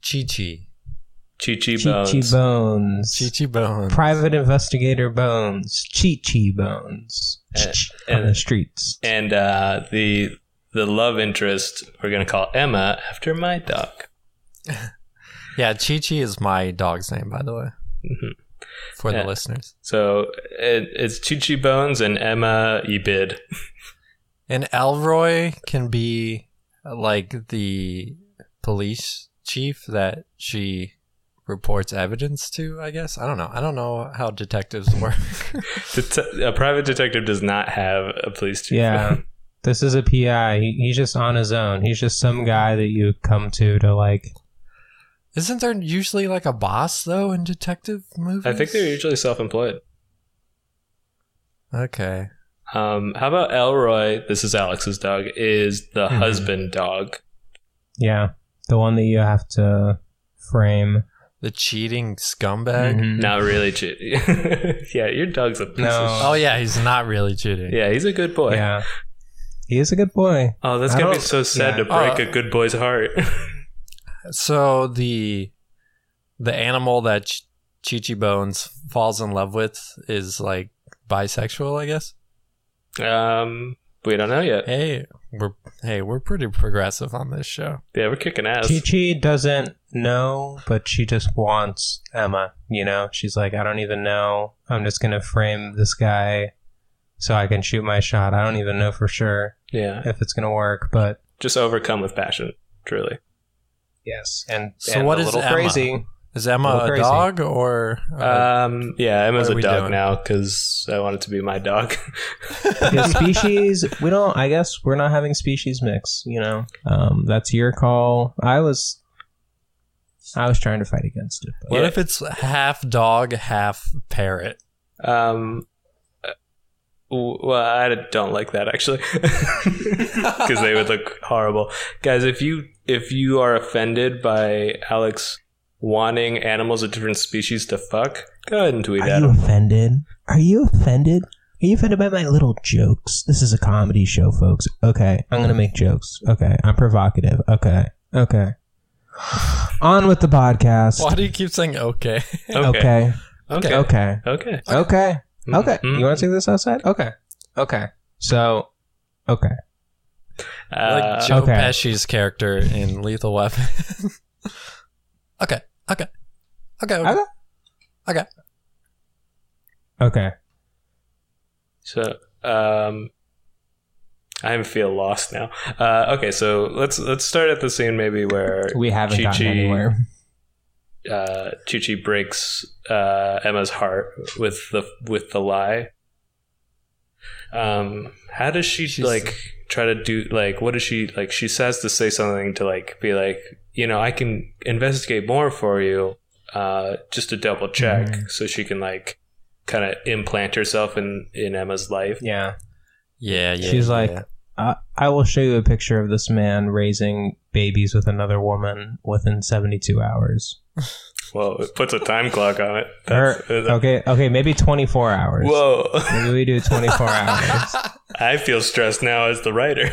C: Chi Chi.
B: Chi Chi Bones.
A: Chi Bones.
C: Chi Chi Bones.
A: Private Investigator Bones. Chi Chi Bones.
B: Eh,
A: on
B: eh.
A: the streets.
B: and uh, the the love interest we're gonna call Emma after my dog.
C: Yeah, Chi Chi is my dog's name, by the way,
B: Mhm.
C: for
B: Yeah.
C: the listeners.
B: So it, it's Chi Chi Bones and Emma Ebid.
C: And Elroy can be uh, like the police chief that she reports evidence to, I guess. I don't know. I don't know how detectives work.
B: Det- a private detective does not have a police chief.
A: Yeah. This is a PI. He, he's just on his own. He's just some guy that you come to to like.
C: Isn't there usually like a boss, though, in detective movies?
B: I think they're usually self-employed.
C: Okay.
B: Um, how about Elroy? This is Alex's dog. Is the
A: Mhm.
C: Mm-hmm.
B: husband dog?
A: Yeah, the one that you have to frame.
C: The cheating scumbag.
A: Mhm.
B: Not really. Chi- yeah, your dog's a piece of
A: No.
C: Oh yeah, he's not really cheating.
B: sh- Yeah, he's a good boy.
A: Yeah, he is a good boy.
B: Oh, that's
A: I
B: gonna be
A: don't-
B: so sad
A: yeah.
B: to break
C: Uh,
B: a good boy's heart.
C: So the the animal that Ch- Chichi Bones falls in love with is like bisexual, I guess.
B: um, we don't know yet.
C: Hey, we're hey, we're pretty progressive on this show.
B: Yeah, we're kicking ass.
A: Chi Chi doesn't know, but she just wants Emma. You know, she's like, I don't even know. I'm just gonna frame this guy so I can shoot my shot. I don't even know for sure
B: Yeah,
A: if it's gonna work, but
B: just overcome with passion. Truly.
A: yes. And
C: So
A: and
C: what
A: a
C: is
A: little
C: Emma?
A: crazy?
C: Is
A: A
C: Emma
A: little
C: a
A: crazy. Uh,
C: dog or uh, a-
B: Um, yeah, Emma's
C: What are
B: a
C: we
B: dog
C: doing?
B: now because I want it to be my dog.
A: yeah, species we don't i guess we're not having species mix you know um, that's your call i was i was trying to fight against it but
C: what
B: yeah.
C: if it's half dog, half parrot?
B: Um, uh, w- well, I don't like that actually, because they would look horrible. Guys, if you if you are offended by Alex wanting animals of different species to fuck, go ahead and tweet at him.
A: offended are you offended are you offended by my little jokes this is a comedy show folks okay i'm gonna make jokes okay i'm provocative okay okay on with the podcast
C: Why do you keep saying okay?
B: Okay, okay, okay.
A: okay okay okay
B: Mm.
A: you want to take this outside okay okay so okay
B: Uh,
C: like Joe
A: okay.
C: Pesci's character in Lethal Weapon. okay, okay, okay, okay.
A: Okay. okay
B: So, um, I feel lost now. Uh, okay, so let's let's start at the scene maybe where
A: we haven't
B: Chi-Chi-
A: gotten anywhere
B: uh, Chi Chi breaks uh, Emma's heart with the with the lie. Um, how does she
C: She's-
B: like try to do like what does she like? She says to say something to like be like you know I can investigate more for you, uh, just to double check
C: Mm-hmm.
B: so she can like kind of implant herself in in Emma's life.
A: yeah
C: Yeah, yeah.
A: She's like,
C: yeah.
A: I, I will show you a picture of this man raising babies with another woman within 72 hours.
B: Whoa, it puts a time clock on it. uh,
A: Or, okay, okay, maybe 24 hours.
B: Whoa,
A: Maybe we do 24 hours.
B: I feel stressed now as the writer.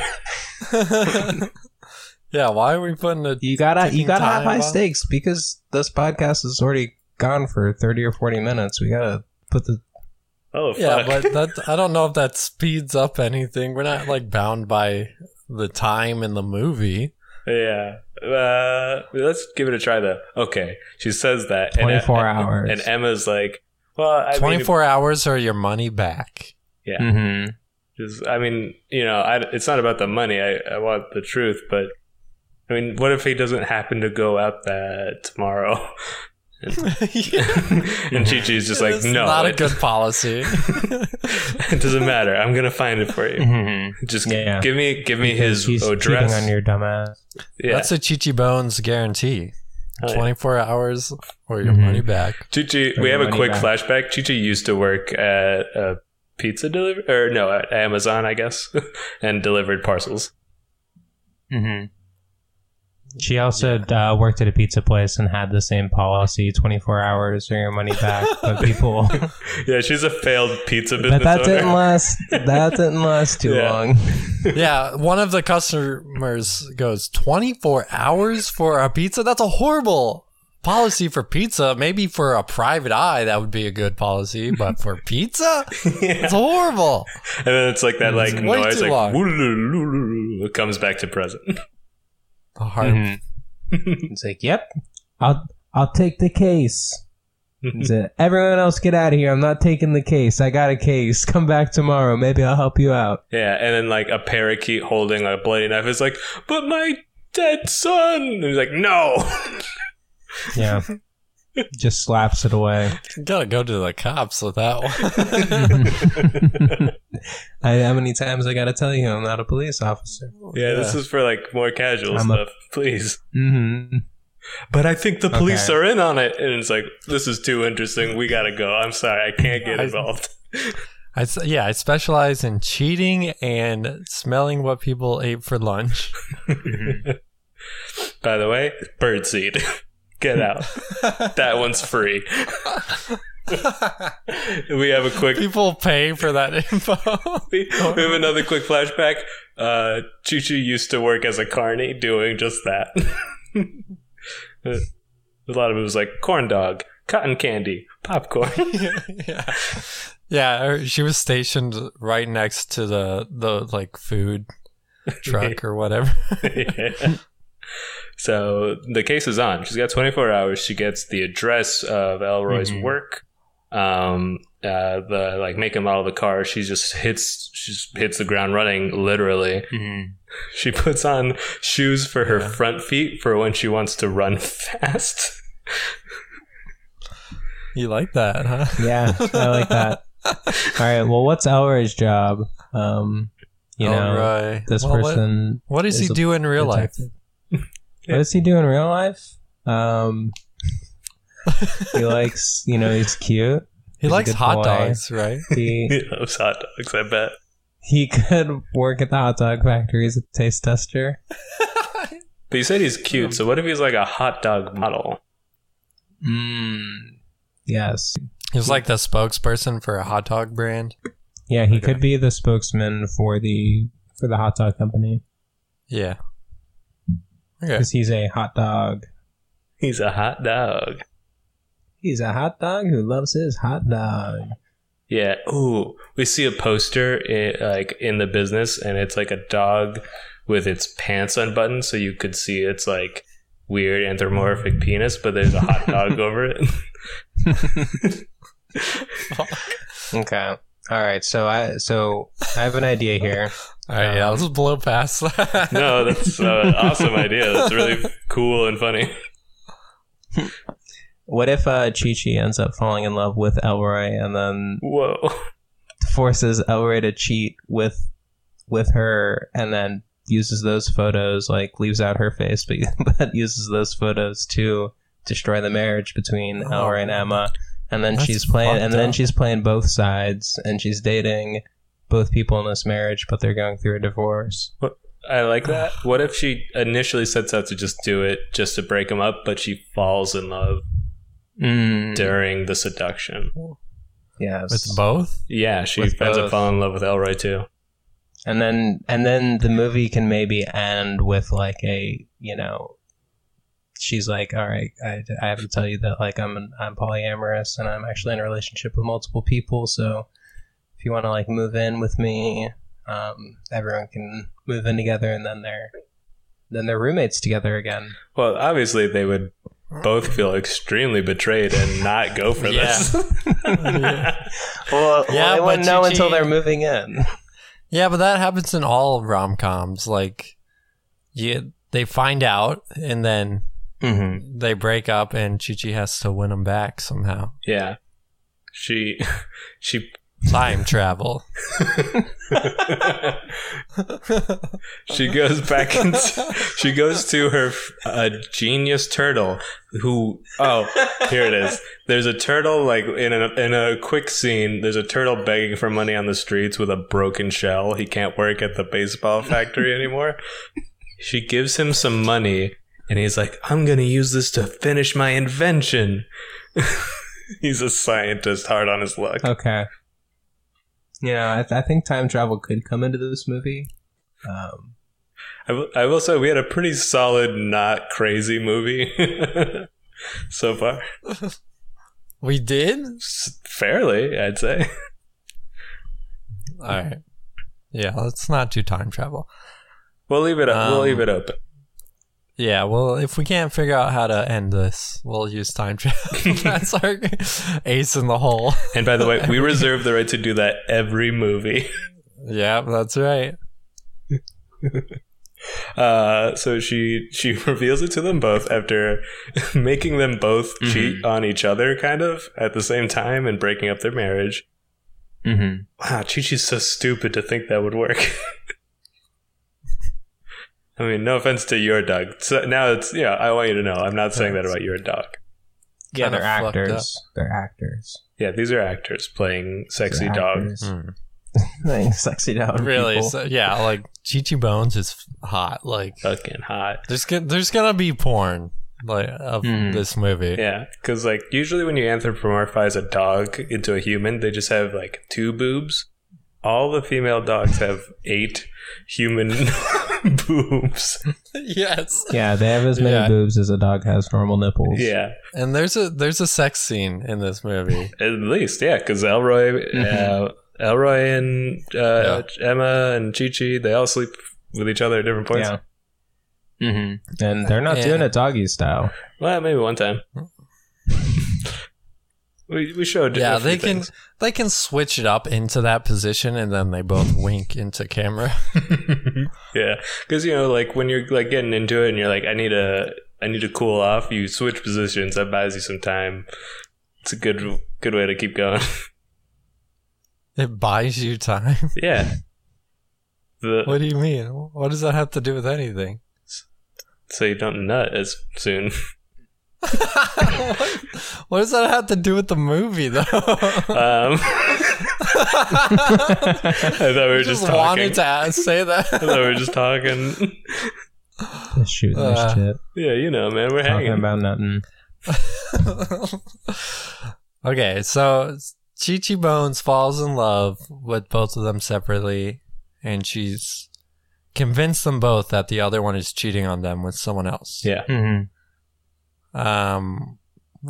C: yeah, why are we putting a
A: You gotta, you
C: Ticking
A: gotta have
C: time
A: high
C: bomb.
A: stakes because this podcast is already gone for 30 or 40 minutes. We gotta put the
B: Oh,
C: Yeah,
B: fuck.
C: but that I don't know if that speeds up anything. We're not like bound by the time in the movie.
B: Yeah. Uh, let's give it a try though. Okay. She says that.
A: 24
B: and,
A: hours.
B: And Emma's like, well, I
C: Twenty
B: mean,
C: four hours or your money back.
B: yeah.
A: mm-hmm.
B: Just- I mean, you know, I, it's not about the money. I, I want the truth, but I mean, what if he doesn't happen to go out that tomorrow? and Chi Chi's just like,
C: It's
B: no,
C: not a
B: it-
C: good policy.
B: it doesn't matter. I'm gonna find it for you.
A: Mhm.
B: Just
A: Yeah.
B: give me give me Mm-hmm. his
A: He's
B: address.
A: cheating on your dumbass.
B: yeah.
C: That's a Chichi Bones guarantee.
B: Oh, yeah.
C: 24 hours or your
A: Mhm.
C: money back.
B: Chichi, we
A: Bring
B: have a
A: money
B: quick
A: back.
B: flashback. Chichi used to work at a pizza delivery, or no, at Amazon, I guess, and delivered parcels.
A: Mm-hmm. She also uh, worked at a pizza place and had the same policy: twenty-four hours or your money back. But people,
B: Yeah, she's a failed pizza
A: but
B: business
A: that
B: owner.
A: didn't last. That didn't last too
B: Yeah.
A: long.
C: yeah, one of the customers goes, 24 hours for a pizza? That's a horrible policy for pizza. Maybe for a private eye, that would be a good policy, but for pizza?
B: Yeah.
C: It's horrible.
B: And then it's like that, like
C: It's way
B: noise,
C: too
B: like
C: long.
B: "Woolululu," comes back to present.
C: The heart.
A: Mm-hmm. it's like, yep, I'll I'll take the case. It's a, Everyone else, get out of here! I'm not taking the case. I got a case. Come back tomorrow. Maybe I'll help you out.
B: Yeah, and then like a parakeet holding a bloody knife is like, but my dead son. And he's like, no.
A: Yeah, just slaps it away.
C: Gotta go to the cops with that one.
A: I, how many times I gotta tell you I'm not a police officer?
B: Yeah, this is for like more casual
A: I'm a-
B: stuff, please.
A: Mm-hmm.
B: But I think the police
A: Okay.
B: are in on it, and it's like this is too interesting. We gotta go. I'm sorry, I can't get
C: I-
B: involved.
C: I s yeah, I specialize in cheating and smelling what people ate for lunch.
B: By the way, birdseed, get out. that one's free. we have a quick.
C: People pay for that info.
B: We have another quick flashback. Uh, Choo Choo used to work as a carny, doing just that. a lot of it was like corn dog, cotton candy, popcorn.
C: yeah. Yeah, her- she was stationed right next to the the like food truck or whatever.
B: Yeah. So the case is on. She's got 24 hours. She gets the address of Elroy's
A: Mhm.
B: work. Um, uh, the like make and model of the car. She just hits. She just hits the ground running. Literally,
A: Mm-hmm.
B: she puts on shoes for her
C: Yeah.
B: front feet for when she wants to run fast.
C: You like that, huh?
A: Yeah, I like that. All right. Well, what's Elroy's job? Um, you know,
C: Elroy.
A: this
C: Well, what-
A: person.
C: what does he
A: is a
C: do in real life?
A: detective. What does he do in real life? Um, he likes, you know, he's cute.
C: He
A: He's a
C: likes
A: good
C: hot
A: boy.
C: dogs, right?
A: He
B: He loves hot dogs. I bet.
A: he could work at the hot dog factory as a taste tester.
B: But you said he's cute. So what if he's like a hot dog model?
A: Mm. Yes.
C: He's like the spokesperson for a hot dog brand.
A: Yeah, he
C: Okay.
A: could be the spokesman for the for the hot dog company
C: Yeah. Okay.
A: because he's a hot dog.
B: He's a hot dog.
A: He's a hot dog who loves his hot dog.
B: Yeah. Ooh, we see a poster i like in the business, and it's like a dog with its pants unbuttoned, so you could see its like weird anthropomorphic penis, but there's a hot dog over it.
A: Okay. All right. So I so I have an idea here.
C: All right, yeah, let's blow past that.
B: No, that's uh, an awesome idea. That's really cool and funny.
A: What if uh, Chi Chi ends up falling in love with Elroy and then
B: Whoa.
A: forces Elroy to cheat with with her and then uses those photos like leaves out her face but, but uses those photos to destroy the marriage between
C: Oh.
A: Elroy and Emma and then
C: That's
A: she's playing and
C: fucked
A: then
C: up.
A: she's playing both sides and she's dating both people in this marriage but they're going through a divorce
B: I like that. What if she initially sets out to just do it just to break him up, but she falls in love
A: mm.
B: during the seduction?
A: yes
C: With both?
B: Yeah, she
A: With
B: ends up
A: both.
B: falling in love with Elroy too.
A: and then and then the movie can maybe end with like a you know she's like all right i, I have to tell you that like i'm an, i'm polyamorous and i'm actually in a relationship with multiple people so if you want to like move in with me um, everyone can move in together and then they're then they're roommates together again
B: Well, obviously they would both feel extremely betrayed and not go for
C: Yeah.
B: this.
A: well
C: Yeah,
A: they
C: but
A: wouldn't know
C: Chi-Chi-
A: until they're moving in
C: Yeah, but that happens in all rom coms. Like, you, they find out, and then
B: Mm-hmm.
C: They break up, and Chi Chi has to win him back somehow.
B: Yeah. She, she,
C: Time travel.
B: she goes back and she goes to her uh, genius turtle who oh here it is there's a turtle like in a in a quick scene there's a turtle begging for money on the streets with a broken shell he can't work at the baseball factory anymore she gives him some money and he's like i'm going to use this to finish my invention he's a scientist hard on his luck
A: Okay. Yeah, I, th- I think time travel could come into this movie. Um,
B: I will- I will say we had a pretty solid, not crazy movie so far.
C: We did?
B: S- Fairly, I'd say.
C: All right. Yeah, let's not do time travel.
B: We'll leave it. up. we'll
C: Um,
B: leave it open.
C: Yeah, well, if we can't figure out how to end this, we'll use time travel. That's our ace in the hole.
B: And by the way, we reserve the right to do that every movie.
C: Yeah, that's right.
B: Uh, so she she reveals it to them both after making them both
A: Mm-hmm.
B: cheat on each other, kind of at the same time, and breaking up their marriage.
A: mm-hmm.
B: Wow, Chi Chi's so stupid to think that would work. I mean, no offense to your dog. So now it's yeah. I want you to know, I'm not saying that about your dog.
A: Yeah,
C: Kinda
A: they're
C: fucked
A: actors. They're actors.
B: Yeah, these are actors playing sexy
A: They're
B: dog. Hmm.
A: actors. Like, sexy dog.
C: Really?
A: people.
C: So, yeah, like Chichi Bones is hot. Like
B: Fucking hot.
C: there's gonna, there's gonna be porn like of
A: Mhm.
C: this movie.
B: Hmm. Yeah, because like usually when you anthropomorphize a dog into a human, they just have like two boobs. All the female dogs have eight human boobs.
C: yes.
A: Yeah, they have as many
C: Yeah.
A: boobs as a dog has normal nipples.
B: Yeah,
C: And there's a there's a sex scene in this movie.
B: At least, yeah, because Elroy, uh,
C: Mm-hmm.
A: Mhm.
B: Elroy and uh, Emma and Chi Chi, they all sleep with each other at different points.
A: Yeah. Mm-hmm. And they're not
C: Yeah.
A: doing it doggy style.
B: Well, maybe one time. we we showed.
C: yeah,
B: a few
C: they can
B: things.
C: they can switch it up into that position, and then they both wink into camera.
B: yeah, because you know, like when you're like getting into it and you're like, I need a, I need to cool off. You switch positions. That buys you some time. It's a good good way to keep going.
C: It buys you time.
B: yeah. The,
C: What do you mean? What does that have to do with anything?
B: so you don't nut as soon.
C: what, what does that have to do with the movie, though?
B: Um,
C: I
B: I thought we were just,
C: just
B: talking.
C: wanted to ask- say
B: I thought
C: that.
B: we were just talking.
A: Just shooting
C: Uh,
A: this shit.
B: Yeah, you know, man, we're
A: Talking
B: hanging.
A: about nothing.
C: okay, so Chi Chi Bones falls in love with both of them separately, and she's convinced them both that the other one is cheating on them with someone else.
B: yeah,
A: Mm-hmm.
C: Um,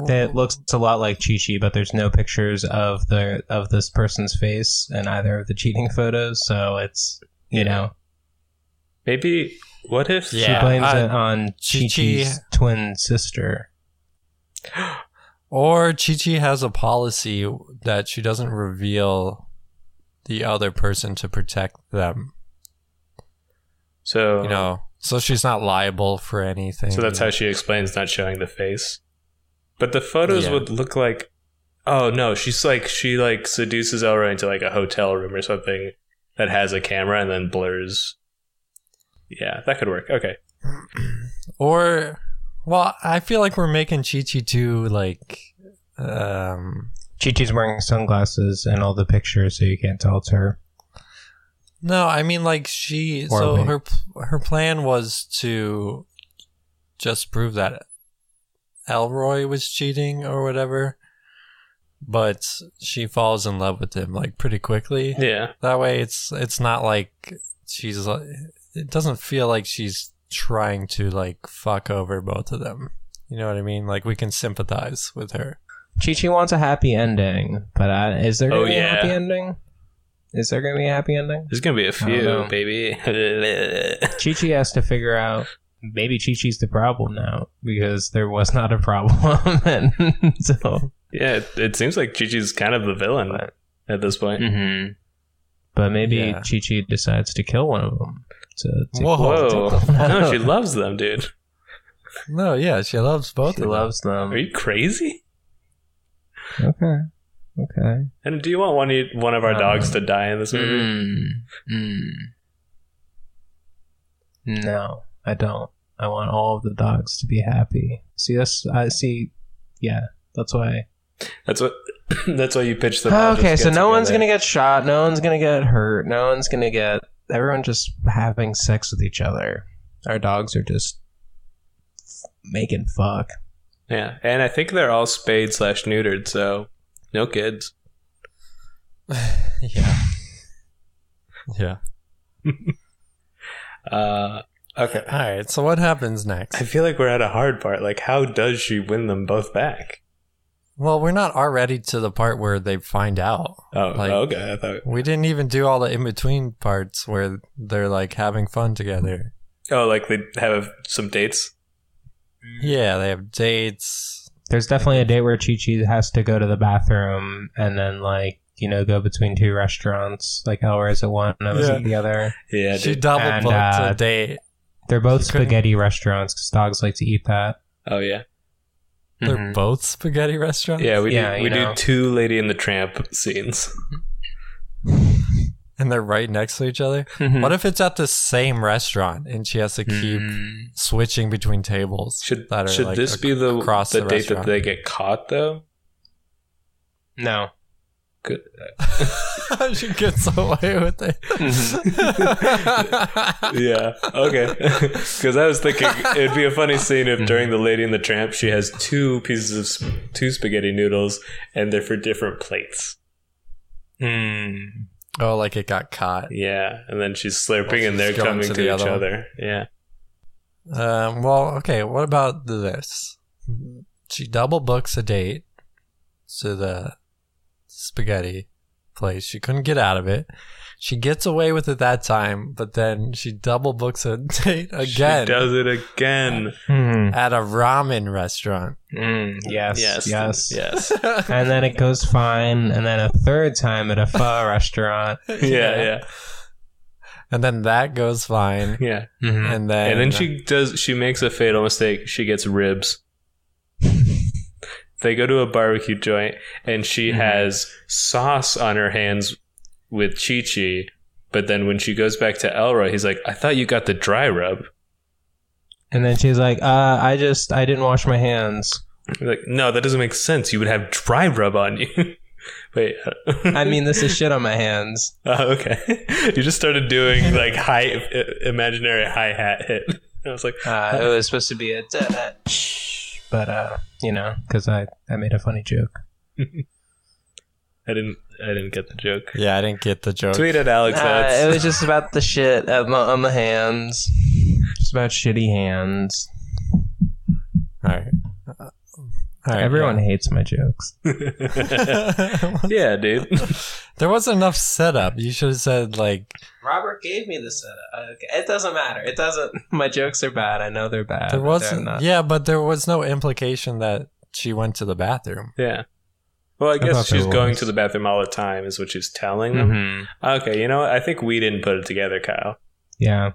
A: It looks a lot like Chi Chi, but there's no pictures of the of this person's face in either of the cheating photos, so it's you know
B: maybe. What if?
C: Yeah,
A: she blames
C: uh,
A: it on Chi
C: Chi-Chi-
A: Chi's twin sister.
C: Or Chi Chi has a policy that she doesn't reveal the other person to protect them.
B: So
C: You know, so she's not liable for anything.
B: so that's how she explains not showing the face. But the photos
C: Yeah.
B: would look like. Oh no, she's like she like seduces Elroy into like a hotel room or something that has a camera and then blurs. Yeah, that could work. Okay.
C: Or, well, I feel like we're making Chi Chi too like, um,
A: Chi Chi's wearing sunglasses in all the pictures, so you can't tell it's her.
C: no, I mean like she.
A: Or
C: so
A: wait.
C: her her plan was to just prove that Elroy was cheating or whatever. But she falls in love with him like pretty quickly.
B: Yeah.
C: That way, it's it's not like she's. like- It doesn't feel like she's trying to like fuck over both of them. You know what I mean? Like we can sympathize with her.
A: Chi Chi wants a happy ending, but I, is there going
B: Oh,
A: to be
B: yeah.
A: a happy ending? Is there going to be a happy ending?
B: There's gonna be a few,
A: know.
B: baby.
A: Chi Chi has to figure out maybe Chi Chi's the problem now because there was not a problem. and so,
B: yeah, it, it seems like Gigi's kind of the villain
A: But-
B: at this point.
A: but maybe
C: Yeah.
A: Chi Chi decides to kill one of them. To, to-
B: Whoa.
A: Hmm.
C: Whoa.
B: no, she loves them, dude.
C: No, yeah, she loves both
A: She
C: of
A: loves them.
B: Are you crazy?
A: Okay. Okay.
B: And do you want one of- one of our
A: Uh,
B: dogs to die in this movie?
A: Mm, mm. No, I don't. I want all of the dogs to be happy. See, that's I see. Yeah, that's why.
B: That's what. that's why you pitched them. all
A: Okay,
B: just
A: so
B: get
A: no one's
B: together.
A: gonna get shot. No one's gonna get hurt. No one's gonna get. Everyone just having sex with each other. Our dogs are just making fuck.
B: Yeah, and I think they're all spayed slash neutered, so no kids.
C: them. yeah. Yeah.
B: Uh, okay.
C: All right. So what happens next?
B: I feel like we're at a hard part. Like, how does she win them both back?
C: Well, we're not already to the part where they find out.
B: Oh,
C: Like-
B: okay. I thought.
C: We didn't even do all the in between parts where they're like having fun together.
B: Oh, like they have some dates. Mm.
C: Yeah, they have dates.
A: There's definitely a date where Chi Chi has to go to the bathroom and then like you know go between two restaurants. Like Elra's at one, and I was
C: Yeah.
A: at the other.
B: Yeah,
C: she
B: dude.
C: double
A: And,
C: booked
A: uh,
C: a date.
A: They're both
C: She couldn't-
A: spaghetti restaurants because dogs like to eat that.
B: Oh, yeah.
C: They're both spaghetti restaurants.
B: mm-hmm. Yeah, we
A: Yeah,
B: do,
A: you
B: we
A: know.
B: do two Lady and the Tramp scenes.
C: and they're right next to each other.
B: Mm-hmm.
A: Mm-hmm.
C: What if it's at the same restaurant and she has to keep
A: Mm-hmm.
C: switching between tables?
B: Mm. Should
C: that are,
B: should
C: like,
B: this
C: ac-
B: be the
C: across
B: the,
C: the
B: date
C: restaurant?
B: that they get caught though?
A: No.
C: she gets away with it.
B: Yeah. Okay. Because I was thinking it'd be a funny scene if during the Lady and the Tramp she has two pieces of sp- two spaghetti noodles and they're for different plates.
A: Mm-hmm.
C: oh, like it got caught.
B: Yeah, and then she's slurping
C: Well,
B: and
C: she's
B: they're
C: going
B: coming
C: to
B: to,
C: the
B: each
C: other one.
B: other. Yeah.
C: Um, well, okay. What about this? She double books a date to the spaghetti place. She couldn't get out of it. She gets away with it that time, but then she double books a date again
B: She does it again.
A: Mm.
C: at a ramen restaurant.
A: Mm. Yes. Yes. Yes.
B: Yes.
A: And then it goes fine, and then a third time at a pho restaurant.
B: yeah, yeah.
C: And then that goes fine.
B: Yeah.
A: Mhm.
C: And then
B: Mm-hmm. And then she does. She makes a fatal mistake. She gets ribs. they go to a barbecue joint, and she
A: Mhm.
B: has sauce on her hands with Chi Chi. But then when she goes back to Elroy, he's like, "I thought you got the dry rub."
A: And then she's like, uh, I just, I didn't wash my hands.
B: He's like, no, that doesn't make sense. You would have dry rub on you. Wait.
A: I mean, this is shit on my hands.
B: oh, okay. you just started doing like high imaginary hi hat hit. I was like,
A: Uh, it was supposed to be a da- da- shh, but, uh, you know, because I, I made a funny joke.
B: I didn't. I didn't get the joke.
C: Yeah, I didn't get the joke.
B: Tweet at Alex.
A: Uh,
B: That's-
A: it was just about the shit of my, on the hands. Just about shitty hands.
C: All right. Uh, All right.
A: Everyone hates my jokes.
C: yeah.
B: yeah, dude.
C: there wasn't enough setup. You should have said like
A: Robert gave me the setup. Okay, It doesn't matter. It doesn't. My jokes are bad. I know they're bad. but
C: there
A: they're
C: wasn't.
A: not.
C: Yeah, but there was no implication that she went to the bathroom.
B: Yeah. Well, I
A: thought
B: guess
A: there
B: she's going
A: was.
B: to the bathroom all the time, is what she's telling them.
A: Mhm.
B: Okay, you know what? I think we didn't put it together, Kyle.
A: Yeah.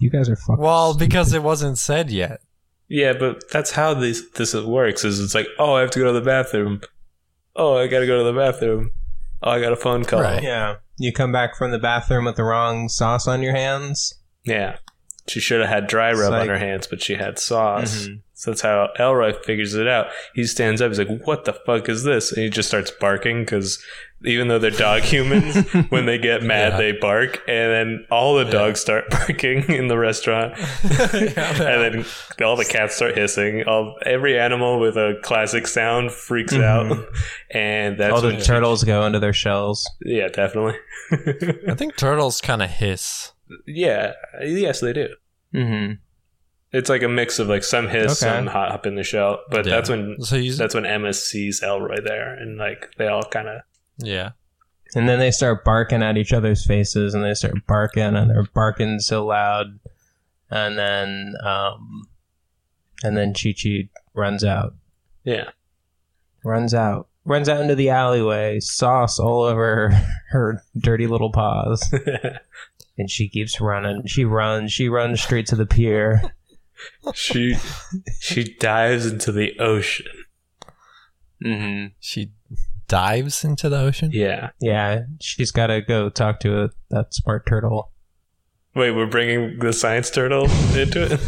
A: You guys are fucking.
C: Well, because it wasn't said yet.
B: Yeah, but that's how this this works. Is it's like, oh, I have to go to the bathroom. Oh, I gotta go to the bathroom. Oh, I got a phone call.
C: Right.
A: yeah. You come back from the bathroom with the wrong sauce on your hands.
B: Yeah. She should have had dry
A: It's
B: rub
A: like-
B: on her hands, but she had sauce.
A: Mhm.
B: So that's how Elroy figures it out. He stands up. He's like, "What the fuck is this?" And he just starts barking because even though they're dog humans, when they get mad,
C: Yeah.
B: they bark, and then all the
C: Yeah.
B: dogs start barking in the restaurant, and then all the cats start hissing. All every animal with a classic sound freaks
A: Mhm.
B: out, and that's
A: All the
B: when she-
A: turtles go into their shells.
B: yeah, definitely.
C: I think turtles kind of hiss.
B: yeah, yes, they do.
A: Mm-hmm.
B: It's like a mix of like some hiss,
A: Okay.
B: some hot up in the shell, but
C: Yeah.
B: that's when
C: So you,
B: that's when Emma sees Elroy there, and like they all kind of
C: yeah,
A: And then they start barking at each other's faces, and they start barking, and they're barking so loud, and then, um, and then Chi Chi runs out.
B: yeah.
A: runs out runs out into the alleyway sauce all over her dirty little paws and she keeps running she runs she runs straight to the pier
B: she she dives into the ocean.
D: Mm-hmm.
C: She dives into the ocean.
B: Yeah.
A: Yeah, she's got to go talk to a, that smart turtle.
B: Wait, we're bringing the science turtle into it?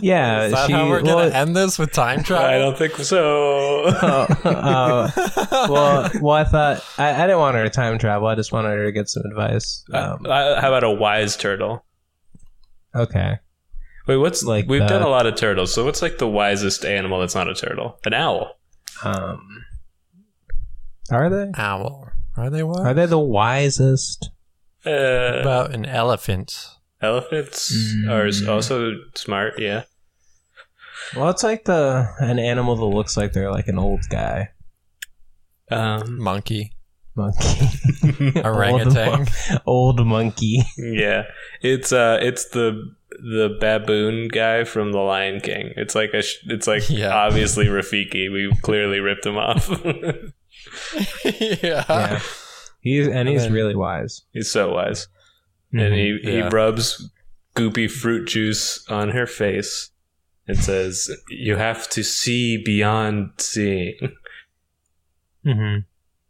A: Yeah,
C: Is that
A: she-
C: how we're
A: well-
C: gonna end this with time travel?
B: I don't think so.
A: Oh, uh, well, well, I thought I, I didn't want her to time travel. I just wanted her to get some advice. Um,
B: Uh, How about a wise turtle?
A: okay,
B: Wait, what's
A: Like
B: like? We've
A: the-
B: done a lot of turtles, so what's like the wisest animal that's not a turtle? An owl.
A: um, are they
C: Owl. Are they what?
A: are they the wisest?
B: Uh,
C: about an elephant?
B: elephants
A: Mm.
B: are s- also smart. Yeah.
A: Well, it's like the an animal that looks like they're like an old guy
B: Um,
C: Monkey.
A: monkey,
C: Orangutan.
A: old, old monkey.
B: yeah. It's uh, it's the the baboon guy from The Lion King. It's like a. sh- It's like
C: Yeah.
B: obviously Rafiki. We clearly ripped him off.
C: yeah.
A: Yeah. He's and he's
C: Okay.
A: really wise.
B: He's so wise, and he
C: Mm-hmm. Yeah.
B: he rubs goopy fruit juice on her face. and says, "You have to see beyond seeing."
A: Mm-hmm.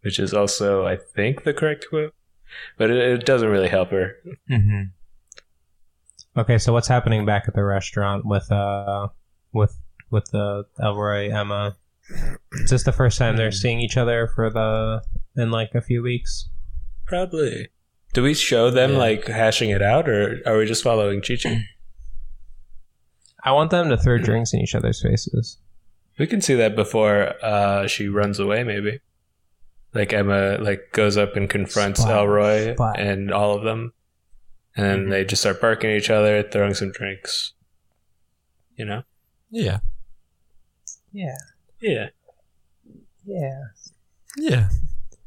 B: which is also, I think, the correct quote. But it, it doesn't really help her.
A: Mm-hmm. Okay, so what's happening back at the restaurant with uh with with the Elroy Emma? Is this the first time they're seeing each other for the in like a few weeks?
B: Probably. Do we show them
C: Yeah.
B: like hashing it out, or are we just following Chichi?
A: I want them to throw drinks in each other's faces.
B: we can see that before uh, she runs away, maybe. Like Emma, like goes up and confronts
A: Splat,
B: Elroy
A: splat.
B: and all of them, and then they just start barking at each other, throwing some drinks. You know?
C: Yeah.
A: Yeah,
B: Yeah,
A: yeah.
C: Yeah.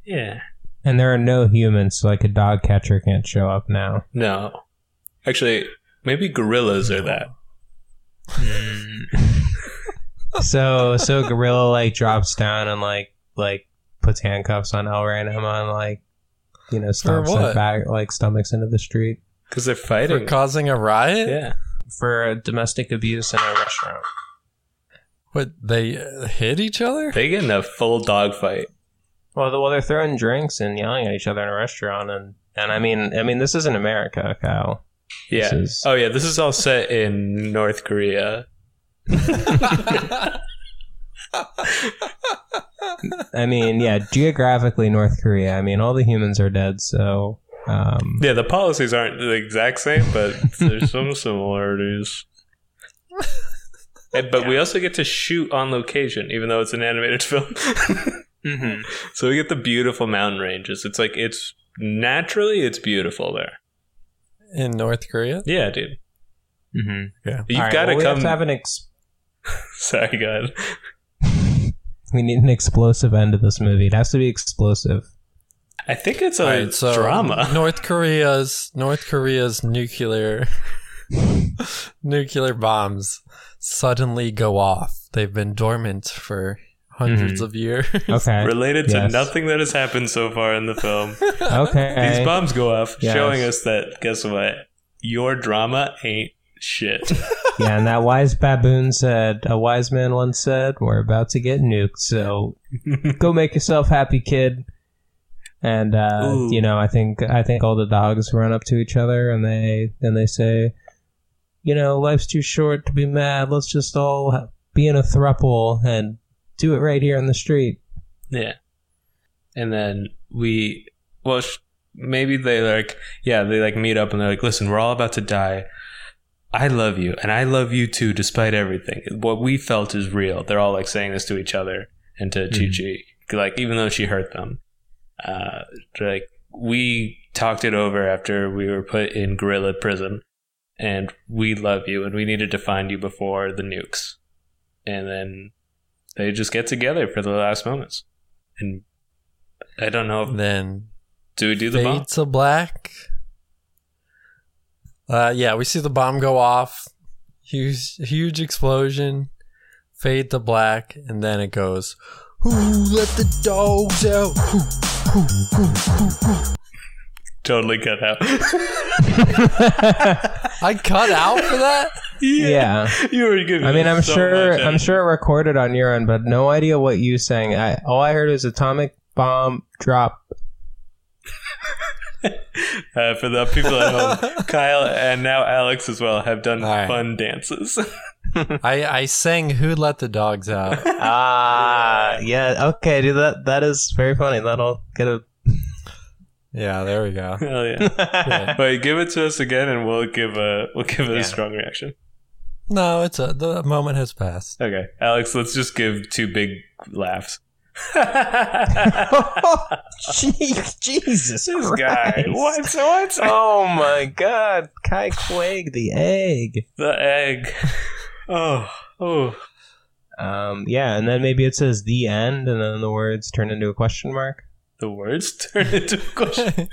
B: yeah.
A: And there are no humans, so like a dog catcher can't show up now.
B: No, actually, maybe gorillas are that.
A: so so gorilla like drops down and like like puts handcuffs on Elroy and Emma and like you know stomps their
C: what?
A: back like stomachs into the street.
B: because they're
C: For
B: fighting.
C: causing a riot?
B: yeah,
A: for uh, domestic abuse in a restaurant.
C: What they uh, hit each other?
B: they get in a full dog fight.
A: Well, the, well, they're throwing drinks and yelling at each other in a restaurant, and and I mean, I mean, this isn't America, Kyle.
B: Yeah.
A: This is-
B: oh yeah, this is all set in North Korea.
A: I mean, yeah, geographically North Korea. I mean, all the humans are dead, so um,
B: Yeah, the policies aren't the exact same, but there's some similarities. And- but we also get to shoot on location, even though it's an animated film.
D: Mm-hmm.
B: so we get the beautiful mountain ranges. It's like it's naturally it's beautiful there.
C: In North Korea?
B: Yeah, dude.
D: Mm-hmm.
B: You've
A: all right,
B: got
A: well, we
B: come.
A: have to have an ex-
B: Sorry, God.
A: we need an explosive end to this movie. It has to be explosive.
B: I think it's a
C: Alright, so
B: drama.
C: North Korea's North Korea's nuclear nuclear bombs suddenly go off. They've been dormant for 100s
B: Mm-hmm.
C: of years.
A: Okay,
B: Related to
A: Yes.
B: nothing that has happened so far in the film.
A: okay.
B: These bombs go off,
A: Yes.
B: showing us that guess what? Your drama ain't shit.
A: yeah, and that wise baboon said, a wise man once said, we're about to get nuked, so go make yourself happy, kid. And uh,
B: Ooh.
A: you know, I think I think all the dogs run up to each other and they and they say, you know, life's too short to be mad. Let's just all ha- be in a thruple and do it right here on the street.
B: yeah. And then we, well, sh- maybe they like, yeah, they like meet up and they're like, listen, we're all about to die. I love you, and I love you too, despite everything. What we felt is real. They're all like saying this to each other and to Chi Chi, like even though she hurt them. Uh, they're like we talked it over after we were put in gorilla prison, and we love you, and we needed to find you before the nukes. And then they just get together for the last moments, and I don't know. If,
C: then
B: do we do the bomb?
C: fade to black. Uh, yeah, we see the bomb go off, huge, huge explosion, fade to black, and then it goes. Who let the dogs out? Who, who, who, who, who?
B: totally cut out.
C: I cut out for that.
A: yeah.
B: you were giving.
A: I mean,
B: me
A: I'm
B: so
A: sure
B: much
A: I'm
B: energy.
A: sure it recorded on your end, but no idea what you sang. I, all I heard was atomic bomb drop.
B: Uh, for the people at home, Kyle and now Alex as well have done
C: All right.
B: fun dances.
C: I I sang "Who Let the Dogs Out."
A: Ah, yeah. Okay, dude. That that is very funny. That'll get a.
C: Yeah, there we go.
B: Hell yeah! Wait, give it to us again, and we'll give a we'll give it
D: Yeah.
B: a strong reaction.
C: No, it's a the moment has passed.
B: Okay, Alex, let's just give two big laughs.
A: Jesus
B: this guy, what? What?
A: Oh my God, Kai Quag the egg.
B: The egg. Oh, oh.
A: Um, yeah, and then maybe it says the end, and then the words turn into a question mark.
B: The words turn into a question.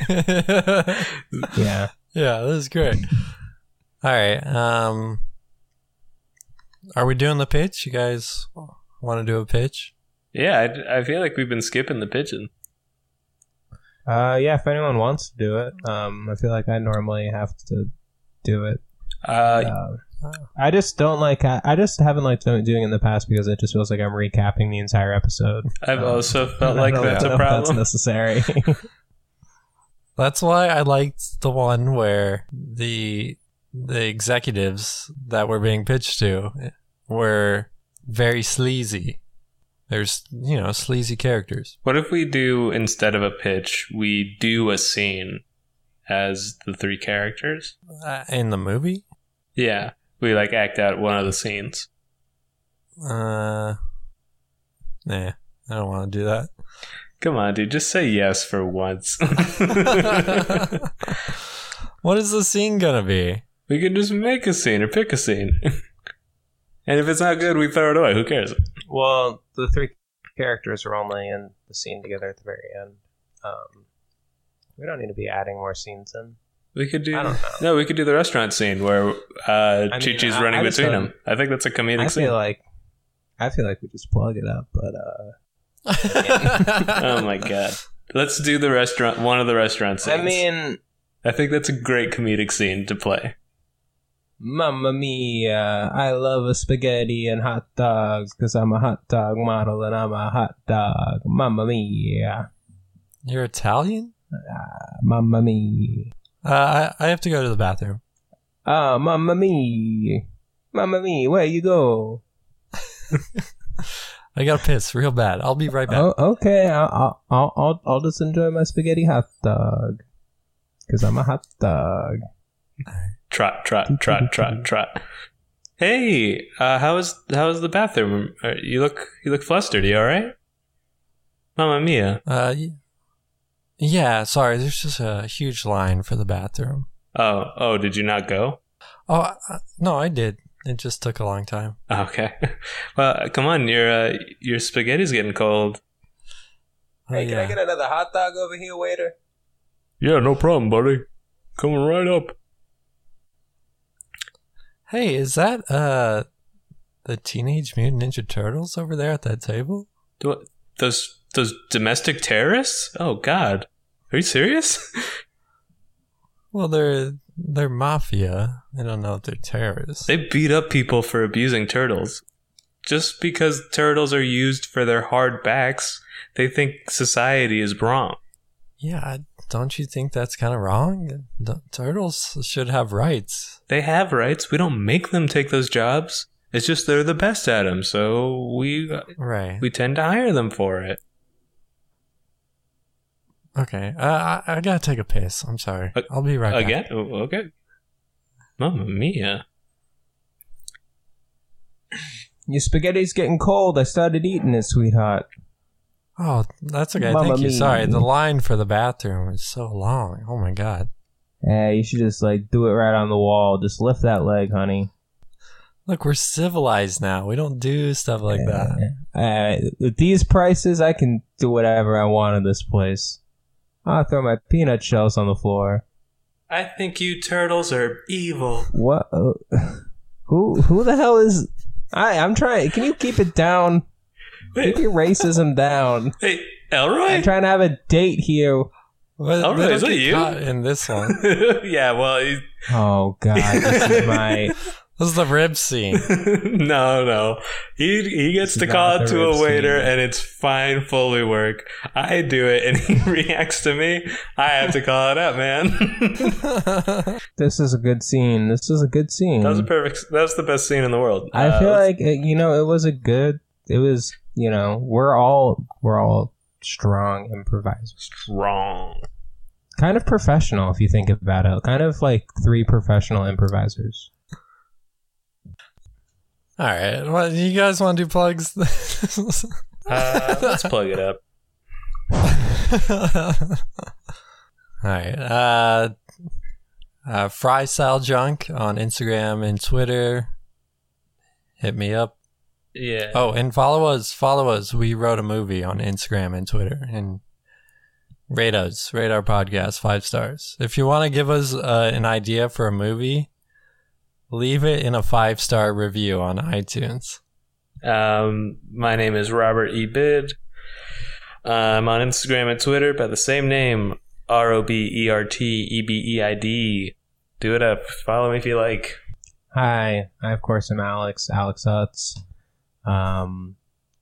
C: yeah,
A: Yeah.
C: this is great. All right. Um, are we doing the pitch? You guys want to do a pitch?
B: Yeah, I, I feel like we've been skipping the pigeon.
A: Uh, yeah. If anyone wants to do it, um, I feel like I normally have to do it.
B: Uh,
A: Um, I just don't like. I, I just haven't liked doing doing it in the past because it just feels like I'm recapping the entire episode.
B: I've
A: um,
B: also felt
A: I
B: like
A: don't
B: that's
A: know
B: a
A: if That's
B: problem.
A: necessary.
C: That's why I liked the one where the the executives that were being pitched to were very sleazy. There's you know sleazy characters.
B: what if we do instead of a pitch, we do a scene as the three characters?
C: Uh, in the movie.
B: Yeah, we like act out one of the scenes.
C: Uh, nah, I don't want to do that.
B: Come on, dude, just say yes for once.
C: what is the scene gonna be?
B: we can just make a scene or pick a scene. and if it's not good, we throw it away. Who cares?
A: well, the three characters are only in the scene together at the very end. Um, we don't need to be adding more scenes in.
B: We could do
A: I don't know.
B: no. We could do the restaurant scene where uh,
A: mean,
B: Chi-Chi's
A: I-
B: running
A: I just
B: between
A: don't-
B: them. I think that's a comedic
A: I
B: scene.
A: feel like I feel like we just plug it up, but uh,
B: oh my god. Let's do the restaurant. One of the restaurant scenes.
A: I mean,
B: I think that's a great comedic scene to play.
A: Mamma mia! I love a spaghetti and hot dogs because I'm a hot dog model and I'm a hot dog. Mamma mia!
C: You're Italian?
A: Mamma mia!
C: Uh, I I have to go to the bathroom.
A: Ah, mamma mia! Mamma mia! Where you go?
C: I got to piss real bad. I'll be right back.
A: Oh, okay. I'll, I'll- I'll, I'll, I'll just enjoy my spaghetti hot dog. Because I'm a hot dog.
B: Trot, trot, trot, trot, trot. Hey, uh, how is how is the bathroom? Uh, You look you look flustered. You all right? Mamma mia.
C: Uh, y- yeah. Sorry, there's just a huge line for the bathroom.
B: Oh, oh, did you not go?
C: Oh I, I- no, I did. It just took a long time.
B: Okay. Well, come on. Your uh, your spaghetti's getting cold.
C: Oh, yeah.
A: another hot dog over here, waiter?
B: Yeah, no problem, buddy. Coming right up.
C: hey, is that uh the Teenage Mutant Ninja Turtles over there at that table?
B: Do, those those domestic terrorists? Oh God, are you serious?
C: Well, they're they're mafia. I don't know if they're terrorists.
B: They beat up people for abusing turtles. Just because turtles are used for their hard backs, they think society is wrong.
C: Yeah, I- don't you think that's kind of wrong? The turtles should have rights.
B: They have rights. We don't make them take those jobs. It's just they're the best at them, so we
C: Right.
B: we tend to hire them for it.
C: Okay. Uh, I, I gotta take a piss. I'm sorry.
B: Uh,
C: I'll be right back.
B: Again? Oh, okay. Mamma mia.
A: Your spaghetti's getting cold. I started eating it, sweetheart.
C: Oh, that's okay.
A: Mamma
C: Thank you.
A: mia.
C: Sorry. The line for the bathroom is so long. Oh my god.
A: Yeah, Eh, you should just, like, do it right on the wall. Just lift that leg, honey.
C: Look, we're civilized now. We don't do stuff like that.
A: Uh, with these prices, I can do whatever I want in this place. I'll throw my peanut shells on the floor.
B: I think you turtles are evil.
A: What? uh, Who? Who the hell is? I I'm trying. Can you keep it down? Keep
B: Wait,
A: your racism down.
B: hey, Elroy?
A: I'm trying to have a date here
C: What,
B: Oh, really?
C: they
B: Is
C: don't
B: that
C: get
B: you?
C: caught In this one,
B: yeah, well, he-
A: Oh god, this is my
C: this is the rib scene.
B: no, no. He he gets
A: This
B: to
A: is
B: call
A: not
B: out
A: the
B: to
A: rib
B: a waiter,
A: scene.
B: and it's fine, fully work. I do it, and he reacts to me. I have to call it out, man.
A: this is a good scene. This is a good scene.
B: that was a perfect. That's the best scene in the world.
A: Mm. I feel
B: Uh,
A: like it, you know it was a good. It was you know we're all we're all strong improvisers,
B: wrong.
A: kind of professional if you think about it. Kind of like three professional improvisers.
C: All right, what you guys want to do plugs?
B: Uh, let's plug it up.
C: All right. Uh, uh, Fry Sal Junk on Instagram and Twitter. Hit me up.
B: Yeah.
C: Oh, and follow us. Follow us. We wrote a movie on Instagram and Twitter. And rate us. Rate our podcast five stars. If you want to give us uh, an idea for a movie, leave it in a five star review on iTunes.
B: Um, my name is Robert E. Bid. I'm on Instagram and Twitter by the same name R O B E R T E B E I D. Do it up. Follow me if you like.
A: Hi, I of course am Alex, Alex Utz. Um,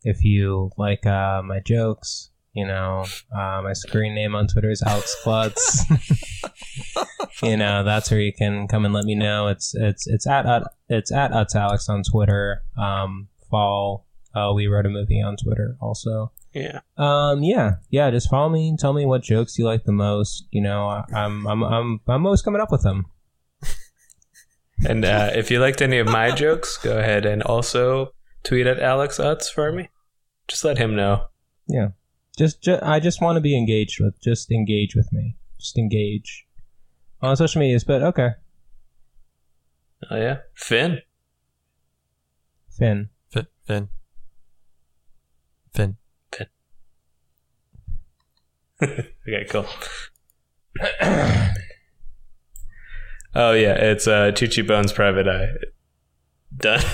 A: if you like uh, my jokes, you know, uh, my screen name on Twitter is Alex Klutz. you know, that's where you can come and let me know. It's it's it's at Ut- it's at Utz Alex on Twitter. Um, fall, uh, we wrote a movie on Twitter also.
B: Yeah.
A: Um, yeah, yeah. Just follow me. Tell me what jokes you like the most. You know, I, I'm I'm I'm I'm always coming up with them.
B: And uh, if you liked any of my jokes, go ahead and also tweet at Alex Utz for me. Just let him know.
A: just, ju- I just want to be engaged with. Just engage with me. Just engage on social medias. But okay,
B: Oh yeah, Finn.
A: Finn,
C: Fin. Fin. Fin.
B: Okay, cool. oh yeah, it's uh, Tucci Bones Private Eye. Done.